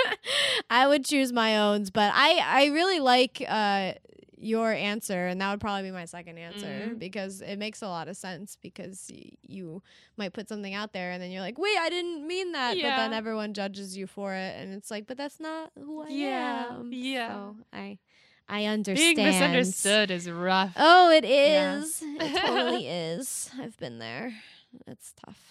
I would choose my owns, but I I really like uh your answer and that would probably be my second answer
Mhm.
because it makes a lot of sense because y- you might put something out there and then you're like wait i didn't mean that but then
Yeah.
everyone judges you for it and it's like but that's not who i
Yeah,
am
yeah.
so i i understand
Being misunderstood is rough.
oh it
Yeah.
is it totally is i've been there it's tough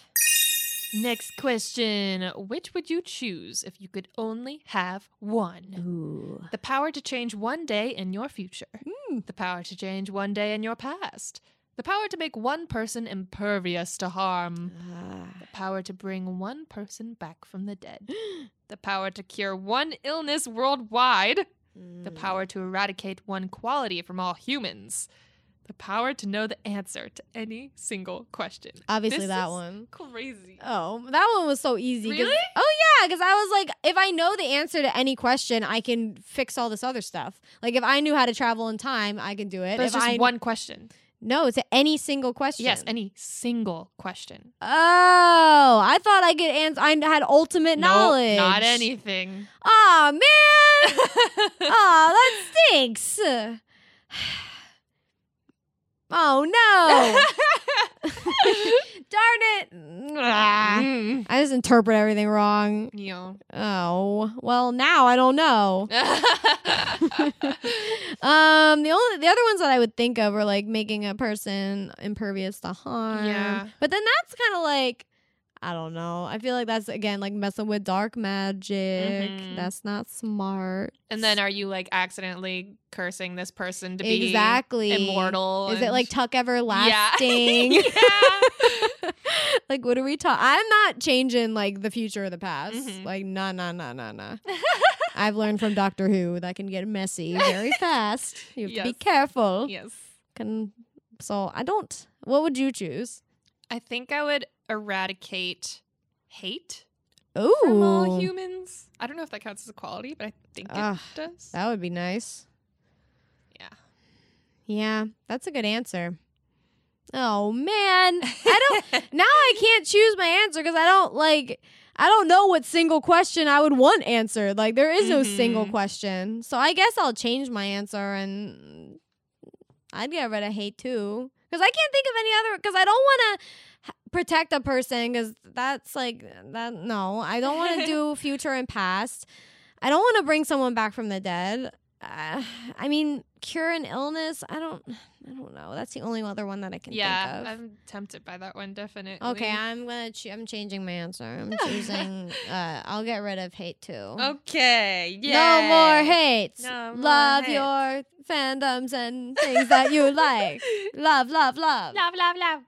Next question. Which would you choose if you could only have one?
Ooh.
The power to change one day in your future,
Mm.
the power to change one day in your past, the power to make one person impervious to harm,
Ah,
the power to bring one person back from the dead, the power to cure one illness worldwide, the
mm.
power to eradicate one quality from all humans, the power to know the answer to any single question. Uh,
Obviously,
This
that
is
one.
Crazy.
Oh, that one was so easy. 'cause-
Really?
Oh yeah, because I was like, if I know the answer to any question, I can fix all this other stuff. Like if I knew how to travel in time, I can do it.
But it's
if
just
I
one question.
no to any single question.
Yes, any single question.
oh, I thought I could answer. I had ultimate knowledge.
No, not anything.
Oh man. oh, that stinks. Oh no. Darn it. Ah.
Mm.
I just interpret everything wrong.
Yeah.
Oh, well, now I don't know. Um, the only the other ones that I would think of were like making a person impervious to harm.
Yeah.
But then that's kind of like I don't know. I feel like that's again like messing with dark magic.
Mhm.
That's not smart.
and then are you like accidentally cursing this person to be
exactly
immortal?
Is it
and-
like tuck
yeah.
everlasting?
yeah.
like what are we talking? I'm not changing like the future or the past.
Mhm.
Like nah nah nah nah nah. I've learned from Doctor Who that can get messy very fast. You have to be
Yes.
careful.
yes.
Can so I don't. What would you choose?
I think I would eradicate hate
Ooh,
from all humans. I don't know if that counts as a quality, but I think
Ugh,
it does.
that would be nice.
Yeah.
Yeah, that's a good answer. Oh man, I don't. now I can't choose my answer because I don't like. I don't know what single question I would want answered. Like there is no single
Mhm.
question, so I guess I'll change my answer and I'd get rid of hate too because I can't think of any other. Because I don't want to protect a person because that's like that. No, I don't want to do future and past. I don't want to bring someone back from the dead. Uh, I mean, cure an illness. I don't. I don't know. That's the only other one that I can
yeah,
think of.
I'm tempted by that one definitely.
Okay, I'm gonna. Ch- I'm changing my answer. I'm choosing. uh, I'll get rid of hate too.
Okay.
No more
Oh, yay.
hates.
No more
love
hates.
your fandoms and things that you like. Love, love, love.
Love, love, love.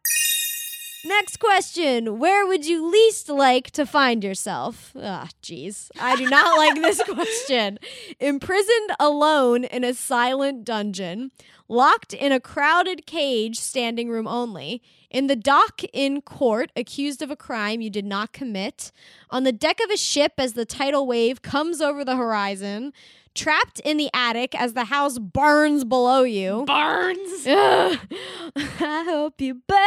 Next question: Where would you least like to find yourself? Ah, jeez, I do not like this question. Imprisoned alone in a silent dungeon, locked in a crowded cage, standing room only, in the dock in court, accused of a crime you did not commit, on the deck of a ship as the tidal wave comes over the horizon, trapped in the attic as the house burns below you.
Barnes.
Ugh. I hope you burn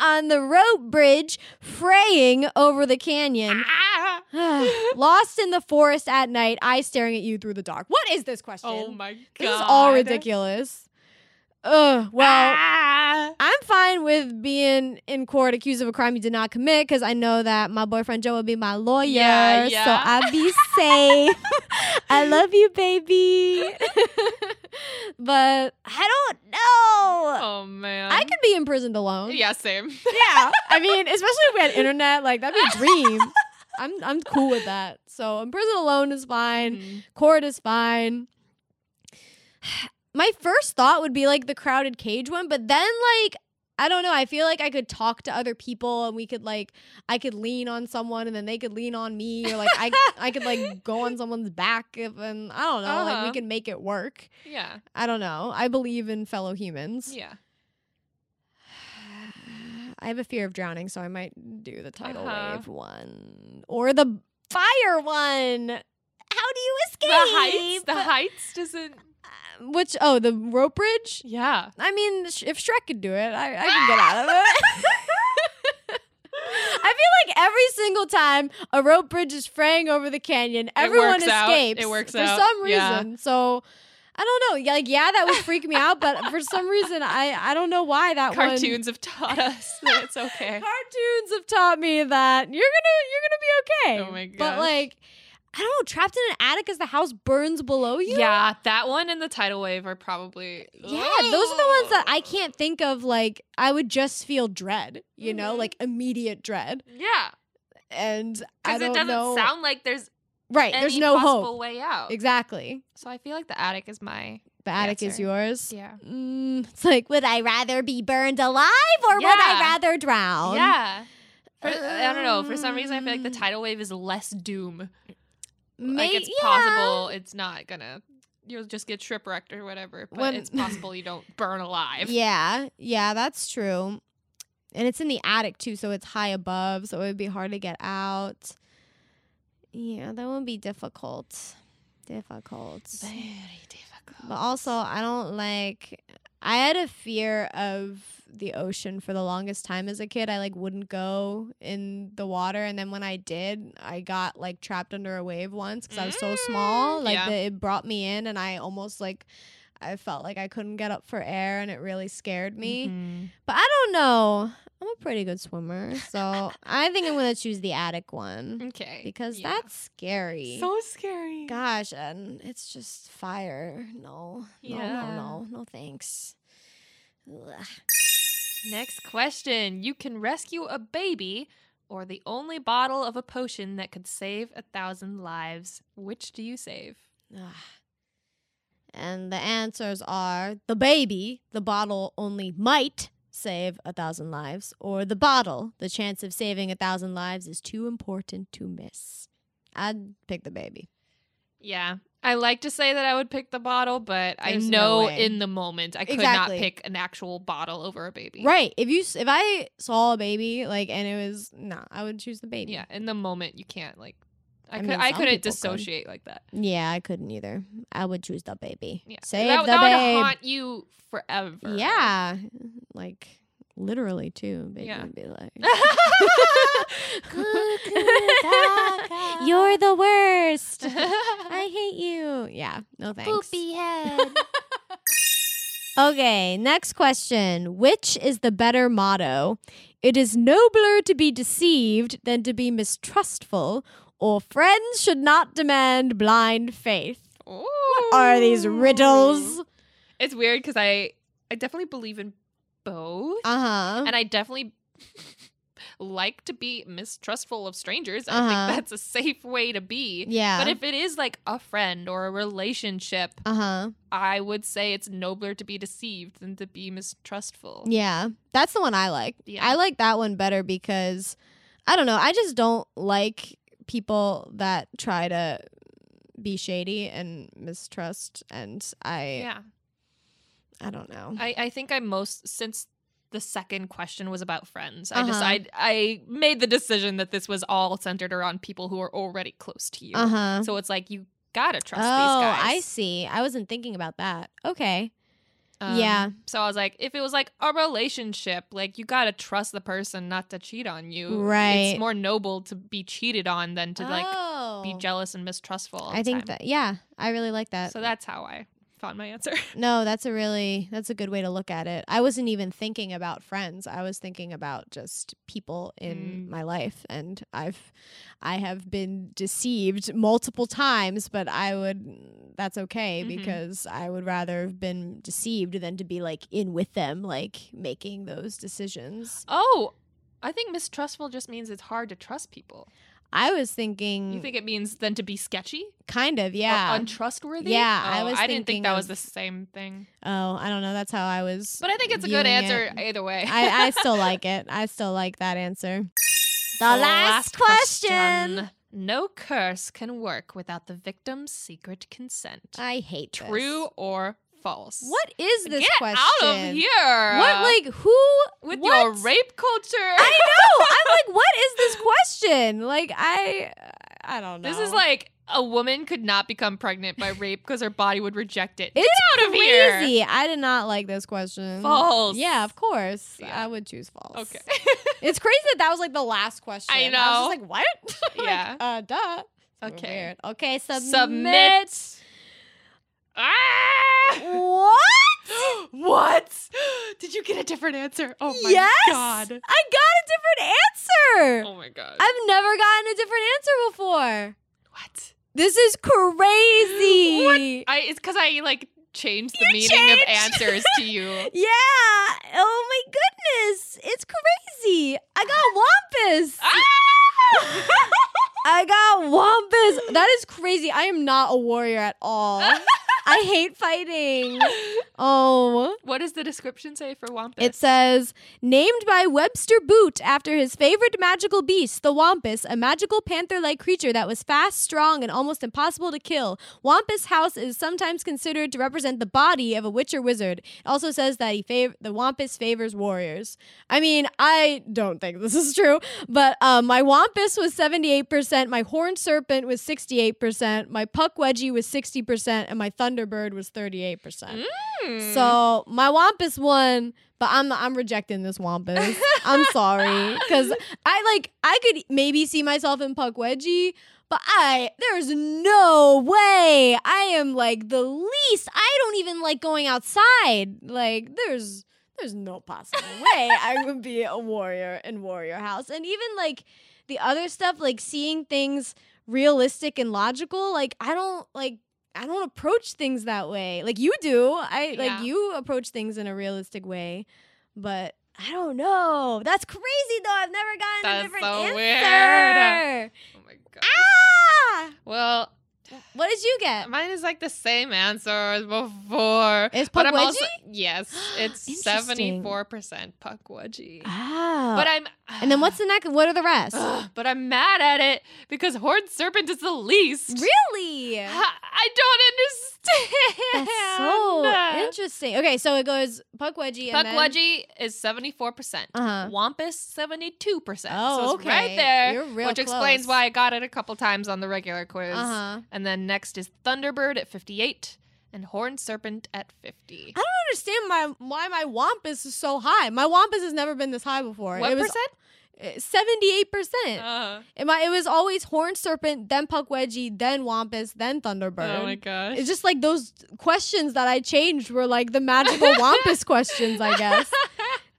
on the rope bridge, fraying over the canyon.
Ah!
Ugh. Lost in the forest at night, eyes staring at you through the dark. What is this question?
Oh my god.
This is all ridiculous. Ugh, well,
Ah!
I'm fine with being in court accused of a crime you did not commit because I know that my boyfriend Joe will be my lawyer.
Yeah,
So
yeah.
I'll be safe. I love you, baby. but I don't know.
Oh man.
I could be imprisoned alone.
Yeah, same.
Yeah. I mean, especially if we had internet, like that'd be a dream. I'm I'm cool with that. So imprisoned alone is fine.
Mm.
Court is fine. My first thought would be like the crowded cage one, but then like I don't know. I feel like I could talk to other people and we could like I could lean on someone and then they could lean on me or like I I could like go on someone's back if, and I don't know. Like
Uh-huh.
we can make it work.
Yeah.
I don't know. I believe in fellow humans.
Yeah.
I have a fear of drowning, so I might do the tidal
Uh-huh.
wave one or the fire one. How do you escape?
The heights. The heights doesn't.
Which oh, the rope bridge.
Yeah.
I mean, Sh- if Shrek could do it, I, I can get out of it. I feel like every single time a rope bridge is fraying over the canyon, everyone
works out.
escapes.
It works
for
out.
some
Yeah.
reason. So I don't know. Yeah, Like yeah, that would freak me out, but for some reason, I I don't know why that one-
Cartoons have taught us that it's okay.
Cartoons have taught me that you're gonna you're gonna be okay.
Oh my
But
gosh.
like, I don't know. Trapped in an attic as the house burns below you.
Yeah, that one and the tidal wave are probably.
Yeah, those are the ones that I can't think of. Like, I would just feel dread, you know,
Mhm.
like immediate dread.
Yeah.
and I
Because it
don't
doesn't
know.
sound like there's
right.
any
There's no
possible
hope.
way out.
Exactly.
So I feel like the attic is my
The attic is
answer.
yours.
yeah.
Mm, it's like, would I rather be burned alive or would I
Yeah.
rather drown?
Yeah. For, I don't know. For some reason, I feel like the
Um,
tidal wave is less doom.
May-
like it's
yeah.
possible it's not gonna. You'll just get shipwrecked or whatever. But
When-
it's possible you don't burn alive.
Yeah, yeah, that's true. And it's in the attic too, so it's high above, so it would be hard to get out. Yeah, that would be difficult. Difficult.
Very difficult.
But also, I don't like. I had a fear of the ocean for the longest time as a kid. I like wouldn't go in the water, and then when I did, I got like trapped under a wave once because I was so small.
Mm,
Like
yeah.
the, it brought me in, and I almost like I felt like I couldn't get up for air, and it really scared me.
Mm-hmm.
But I don't know. I'm a pretty good swimmer, so I think I'm gonna choose the attic one
Okay.
because
yeah.
that's scary.
so scary.
Gosh, and it's just fire. No,
Yeah.
no, no, no, no, thanks. Ugh.
Next question. You can rescue a baby or the only bottle of a potion that could save a thousand lives. Which do you save?
Ugh. And the answers are the baby, the bottle only might save a thousand lives, or the bottle, the chance of saving a thousand lives is too important to miss. I'd pick the baby.
Yeah. I like to say that I would pick the bottle, but
There's
I
no
know
way.
in the moment I could
Exactly.
not pick an actual bottle over a baby.
Right. If you s- if I saw a baby like and it was nah, I would choose the baby.
Yeah, in the moment you can't like I,
I
could
mean,
I couldn't
some people could.
dissociate like that.
Yeah, I couldn't either. I would choose the baby.
Yeah.
Save
that,
the
that
baby.
would haunt you forever.
Yeah, like literally too. Baby
Yeah.
would be like,
Cuckoo,
"You're the worst. I hate you." Yeah, no thanks.
Poopy head.
Okay, next question: Which is the better motto? It is nobler to be deceived than to be mistrustful. Or friends should not demand blind faith. What are these
Ooh.
riddles?
It's weird because I I definitely believe in both,
Uh huh.
Uh-huh. and I definitely like to be mistrustful of strangers. I
Uh-huh.
think that's a safe way to be.
Yeah.
But if it is like a friend or a relationship,
uh huh.
I would say it's nobler to be deceived than to be mistrustful.
Yeah, that's the one I like.
Yeah.
I like that one better because I don't know. I just don't like people that try to be shady and mistrust. And I,
Yeah.
I don't know.
I, I think I most since the second question was about friends. I
Uh-huh.
decide I made the decision that this was all centered around people who are already close to you.
Uh huh.
So it's like you gotta
Oh,
trust these guys.
I see. I wasn't thinking about that. Okay. Yeah.
Um, So I was like, if it was like a relationship, like you gotta trust the person not to cheat on you.
Right.
It's more noble to be cheated on than to like
oh.
be jealous and mistrustful. all
I
the
think
time.
that. Yeah, I really like that.
So that's how I found my answer.
No, that's a really that's a good way to look at it. I wasn't even thinking about friends. I was thinking about just people in
Mm.
my life and I've I have been deceived multiple times, but I would that's okay
Mhm.
because I would rather have been deceived than to be like in with them like making those decisions.
oh, I think mistrustful just means it's hard to trust people.
I was thinking
You think it means then to be sketchy?
kind of,
or
Mm. yeah.
untrustworthy.
Yeah, I
Oh,
was
I didn't think
thinking
that was
of-
the same thing.
oh, I don't know, that's how I was
But I think it's a good
viewing it.
answer either way.
I, I still like it. I still like that answer.
The last question.
No curse can work without the victim's secret consent.
I hate this.
True or false?
What is this
Get
question?
out of here!
What like who
with
what?
your rape culture?
I know. I'm like, what is this question? Like I I don't know.
This is like a woman could not become pregnant by rape because her body would reject it.
it's
Get out of here.
crazy. I did not like this question.
False.
Yeah, of course.
Yeah.
I would choose false.
Okay.
it's crazy that that was like the last question.
I
I
know.
was just like, what? Like,
Yeah.
uh, duh. It's
Okay.
weird. Okay. Submit.
Submit. Ah!
What?
what? Did you get a different answer? Oh my
yes.
god.
I got a different answer.
Oh my god.
I've never gotten a different answer before.
what?
This is crazy.
I it's cuz I like changed the
You
meaning
changed.
of answers to you.
Yeah. Oh my goodness. It's crazy. I got wampus.
Ah!
I got Wampus. That is crazy. I am not a warrior at all. I hate fighting. Oh.
What does the description say for Wampus?
It says, named by Webster Boot after his favorite magical beast, the Wampus, a magical panther like creature that was fast, strong, and almost impossible to kill. Wampus House is sometimes considered to represent the body of a witch or wizard. It also says that he fav- the Wampus favors warriors. I mean, I don't think this is true, but um, my Wampus was 78%, my Horned Serpent was 68%, my Puck Wedgie was 60%, and my Thunderbird was 38%.
Hmm.
So my Wampus won, but I'm I'm rejecting this Wampus. I'm sorry, because I like I could maybe see myself in Puck Wedgie, but I there is no way I am like the least. I don't even like going outside. Like there's there's no possible way I would be a warrior in Warrior House, and even like the other stuff, like seeing things realistic and logical. Like I don't like I don't approach things that way. Like you do. I
Yeah.
like you approach things in a realistic way, but I don't know. That's crazy though. I've never gotten
That's
a different
so
answer.
oh my god.
Ah!
Well,
What did you get?
mine is like the same answer as before.
It's
But I'm
Pukwudgie?
also yes, it's seventy
Interesting.
four percent puckwudgie.
Ah.
But I'm
and then what's the next? What are the rest?
Ugh, but I'm mad at it because Horned Serpent is the least.
really?
Ha- I don't understand.
That's so interesting. Okay, so it goes Puck Wedgie and then-
Puckwudgie is 74%.
Uh-huh.
Wampus, 72%.
Oh,
so it's
okay.
right there.
You're real
which explains
close.
why I got it a couple times on the regular quiz.
Uh-huh.
And then next is Thunderbird at 58 and Horned Serpent at 50.
I don't understand my why my Wampus is so high. My Wampus has never been this high before.
What
it was eh,
percent?
seventy-eight percent.
Uh,
It, mi- it was always Horned Serpent, then Puck Wedgie, then Wampus, then Thunderbird.
oh my gosh.
It's just like those questions that I changed were like the magical Wampus questions, I guess.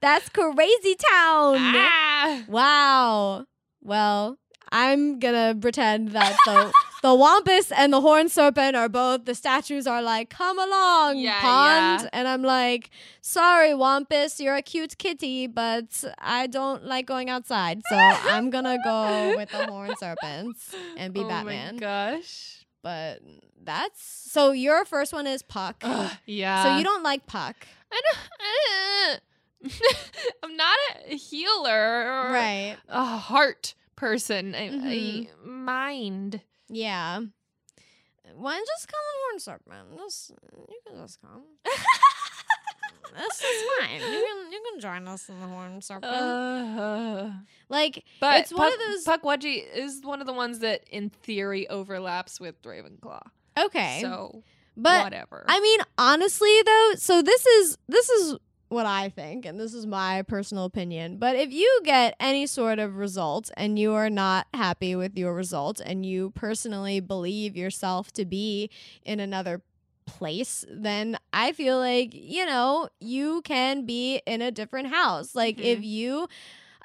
That's crazy town.
ah!
Wow. Well, I'm gonna pretend that the the Wampus and the Horned Serpent are both the statues are like, come along,
Yeah,
pond.
yeah.
And I'm like, sorry, Wampus, you're a cute kitty, but I don't like going outside. So I'm gonna go with the Horned Serpents and be
oh
Batman.
my gosh.
But that's so your first one is Puck.
Ugh, yeah.
So you don't like Puck.
I don't. I'm not a healer or
Right.
a heart person. I,
Mhm.
I mind.
Yeah. Why don't just come on Horn Serpent? Just, you can just come. That's just fine. You can you can join us in the Horn Serpent.
Uh,
like
but
it's one of
Puck-
those-
Puckwudgie is one of the ones that, in theory, overlaps with Ravenclaw.
okay,
So
but
whatever.
I mean honestly though, so this is this is what I think, and this is my personal opinion. But if you get any sort of result and you are not happy with your result, and you personally believe yourself to be in another place, then I feel like, you know, you can be in a different house. Like if you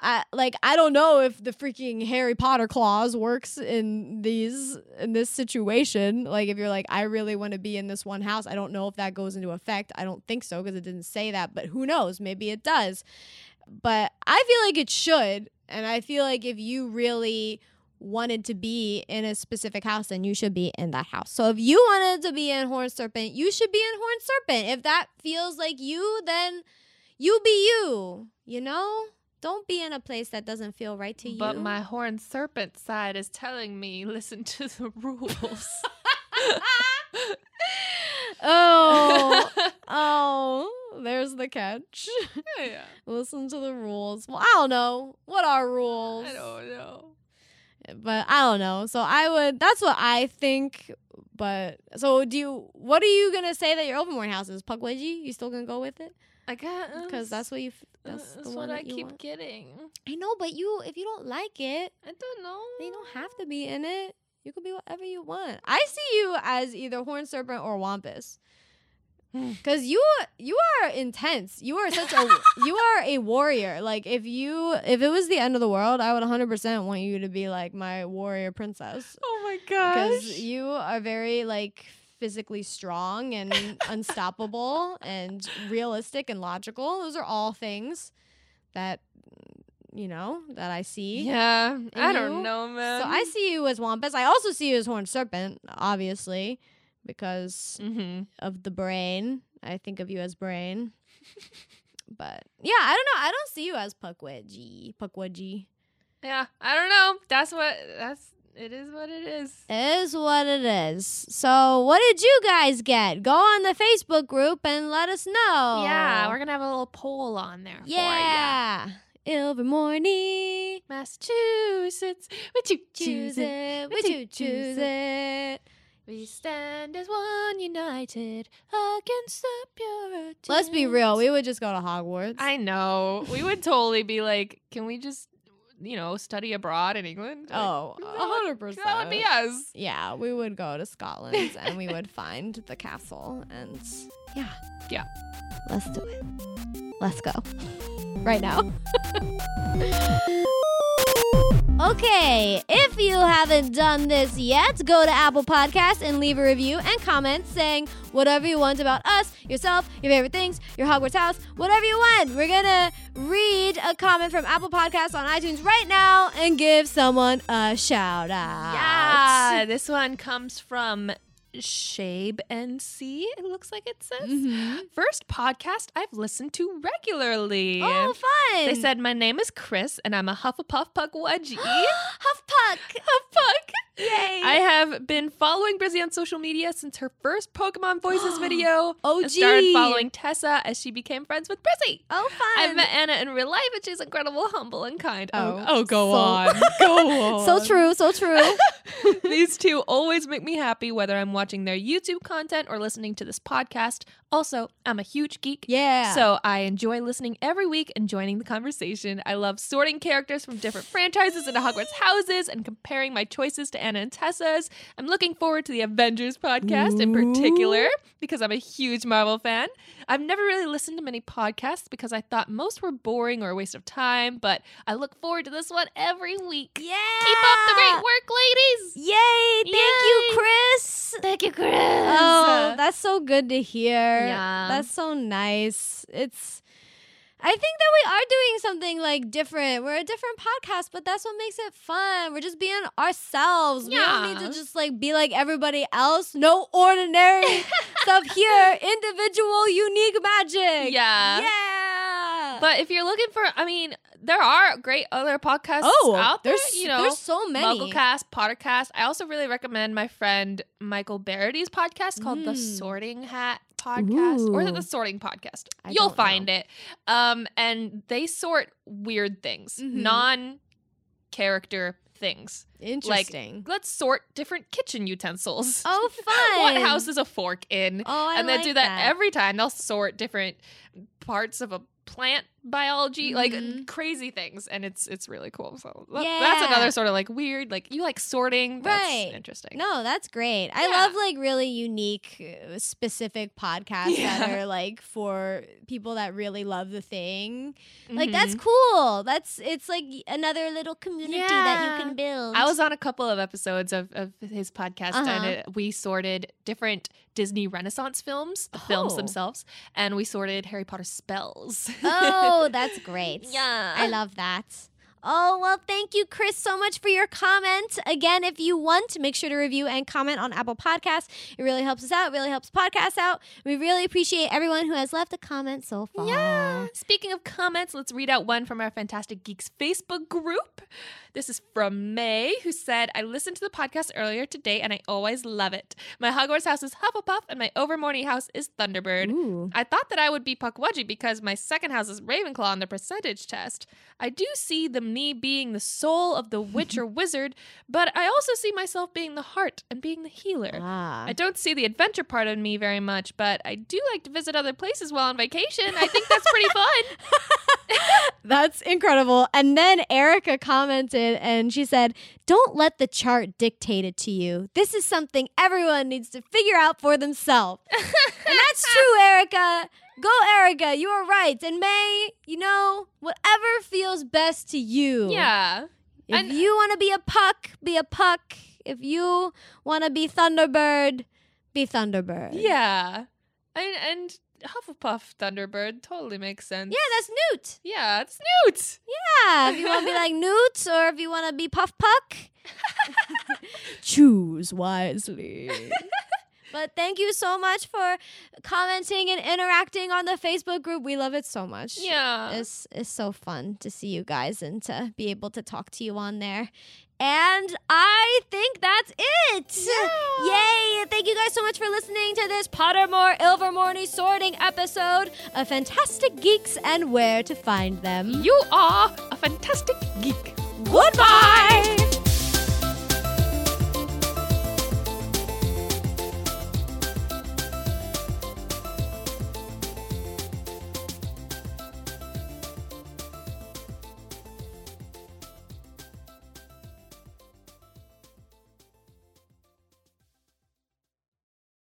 I, like I don't know if the freaking Harry Potter clause works in these in this situation. Like if you're like I really want to be in this one house, I don't know if that goes into effect. I don't think so because it didn't say that, but who knows? Maybe it does. But I feel like it should, and I feel like if you really wanted to be in a specific house, then you should be in that house. So if you wanted to be in Horned Serpent, you should be in Horned Serpent. If that feels like you, then you be you. You know? Don't be in a place that doesn't feel right to you.
but my horned serpent side is telling me, listen to the rules.
oh, oh, there's the catch.
yeah.
Listen to the rules. Well, I don't know. What are rules?
I don't know.
but I don't know. So I would. That's what I think. But so do you? What are you gonna say that your Overmorn house is? Puck Wedgie? You still gonna go with it?
I guess
Because that's what you. f- Uh, That's,
That's,
the
what
one
I
that you
keep
want.
getting.
I know, but you. If you don't like it,
I don't know.
then you don't have to be in it. You can be whatever you want. I see you as either Horn Serpent or Wampus. Cause you you are intense. You are such a you are a warrior. Like if you if it was the end of the world, I would 100% want you to be like my warrior princess.
Oh my
because you are very like physically strong and unstoppable and realistic and logical those are all things that mm, you know, that I see.
Yeah, I
you?
don't know, man.
So I see you as Wampus. I also see you as Horned Serpent, obviously, because
Mm-hmm.
of the brain. I think of you as brain. but yeah, I don't know. I don't see you as Puckwedgie. Puckwedgie
Yeah, I don't know. That's what. That's it is what it is.
is what it is. So what did you guys get? Go on the Facebook group and let us know.
Yeah, we're gonna have a little poll on there.
yeah. Every morning.
for ya. Massachusetts, would you
Choose it. Would you choose it?
We stand as one, united against the Puritans.
Let's be real. We would just go to Hogwarts.
I know. We would totally be like, can we just, you know, study abroad in England? Like,
oh,
that
a
would-
hundred percent.
that would be us.
Yeah, we would go to Scotland and we would find the castle and yeah,
Yeah.
Let's do it. Let's go right now.
Okay, if you haven't done this yet, go to Apple Podcasts and leave a review and comment saying whatever you want about us, yourself, your favorite things, your Hogwarts house, whatever you want. We're gonna read a comment from Apple Podcasts on iTunes right now and give someone a shout out.
Yeah. This one comes from Shabe NC, it looks like it says.
Mm-hmm.
Mm-hmm.
First podcast I've listened to regularly.
Oh, fun!
They said, My name is Chris, and I'm a Hufflepuff Puck Wedgie.
Huffpuck.
Huffpuck!
Yay!
I have been following Brizzy on social media since her first Pokemon Voices video.
OG.
and started following Tessa as she became friends with Brizzy.
Oh, fun!
I've met Anna in real life, and she's incredible, humble, and kind. go
Oh, so-
go on.
so true, so true.
These two always make me happy, whether I'm watching their YouTube content or listening to this podcast. Also, I'm a huge geek.
Yeah.
So I enjoy listening every week and joining the conversation. I love sorting characters from different franchises into Hogwarts houses and comparing my choices to Anna and Tessa's. I'm looking forward to the Avengers podcast in particular because I'm a huge Marvel fan. I've never really listened to many podcasts because I thought most were boring or a waste of time, but I look forward to this one every week.
yeah.
Keep up the great work, ladies.
Yay! Thank you,
Yay.
Chris. Thank you, Chris.
Oh, that's so good to hear.
Yeah.
That's so nice. It's I think that we are doing something like different. We're a different podcast, but that's what makes it fun. We're just being ourselves. We don't need
Yeah.
to just like be like everybody else. No ordinary stuff here. Individual, unique magic.
Yeah.
Yeah.
But if you're looking for, I mean, there are great other podcasts
oh,
out there.
there's
you know,
there's so many.
Mugglecast, Pottercast. I also really recommend my friend Michael Barity's podcast called The
Mm.
Sorting Hat Podcast, or is it
Ooh.
The Sorting Podcast?
I
You'll
don't
find it. Um, and they sort weird things,
Mhm.
non-character things.
Interesting.
Let's sort different kitchen utensils.
Oh, fun.
what house is a fork in?
oh, I
and they
like
do that, every time. They'll sort different parts of a plant biology,
Mhm.
like crazy things, and it's it's really cool. So tha- that's
Yeah.
another sort of like weird, like you like sorting. That's
Right.
Interesting.
No, that's great. I
Yeah.
love like really unique, uh, specific podcasts that
Yeah.
are like for people that really love the thing. Like that's
Mhm.
cool. That's it's like another little community that
Yeah.
you can build.
I was on a couple of episodes of, of his podcast, and
Uh-huh.
it, we sorted different Disney Renaissance films, the films
Oh.
themselves, and we sorted Harry Potter spells.
oh, that's great.
yeah.
I love that.
Oh, well, thank you, Chris, so much for your comment. Again, if you want, make sure to review and comment on Apple Podcasts. It really helps us out, really helps podcasts out. We really appreciate everyone who has left a comment so far.
Yeah. Speaking of comments, let's read out one from our Fantastic Geeks Facebook group. This is from May, who said, I listened to the podcast earlier today and I always love it. My Hogwarts house is Hufflepuff and my Overmorning house is Thunderbird. I thought that I would be Puckwudgie because my second house is Ravenclaw on the percentage test. I do see the me being the soul of the witch or wizard, but I also see myself being the heart and being the healer.
Ah.
I don't see the adventure part of me very much, but I do like to visit other places while on vacation. I think that's pretty fun.
That's incredible. And then Erica commented and she said, Don't let the chart dictate it to you. This is something everyone needs to figure out for themselves. and that's true, Erica. Go, Erica. You are right. And May, you know, whatever feels best to you.
Yeah.
If
and-
you want to be a puck, be a puck. If you want to be Thunderbird, be Thunderbird.
Yeah. And, and Hufflepuff Thunderbird totally makes sense.
Yeah, that's Newt.
Yeah, it's Newt.
Yeah, if you want to be like Newt or if you want to be Puff Puck.
Choose wisely.
But thank you so much for commenting and interacting on the Facebook group. We love it so much.
Yeah.
It's, it's so fun to see you guys and to be able to talk to you on there. And I think that's it. Yay! Thank you guys so much for listening to this Pottermore Ilvermorny sorting episode of Fantastic Geeks and Where to Find Them.
You are a fantastic geek.
Goodbye!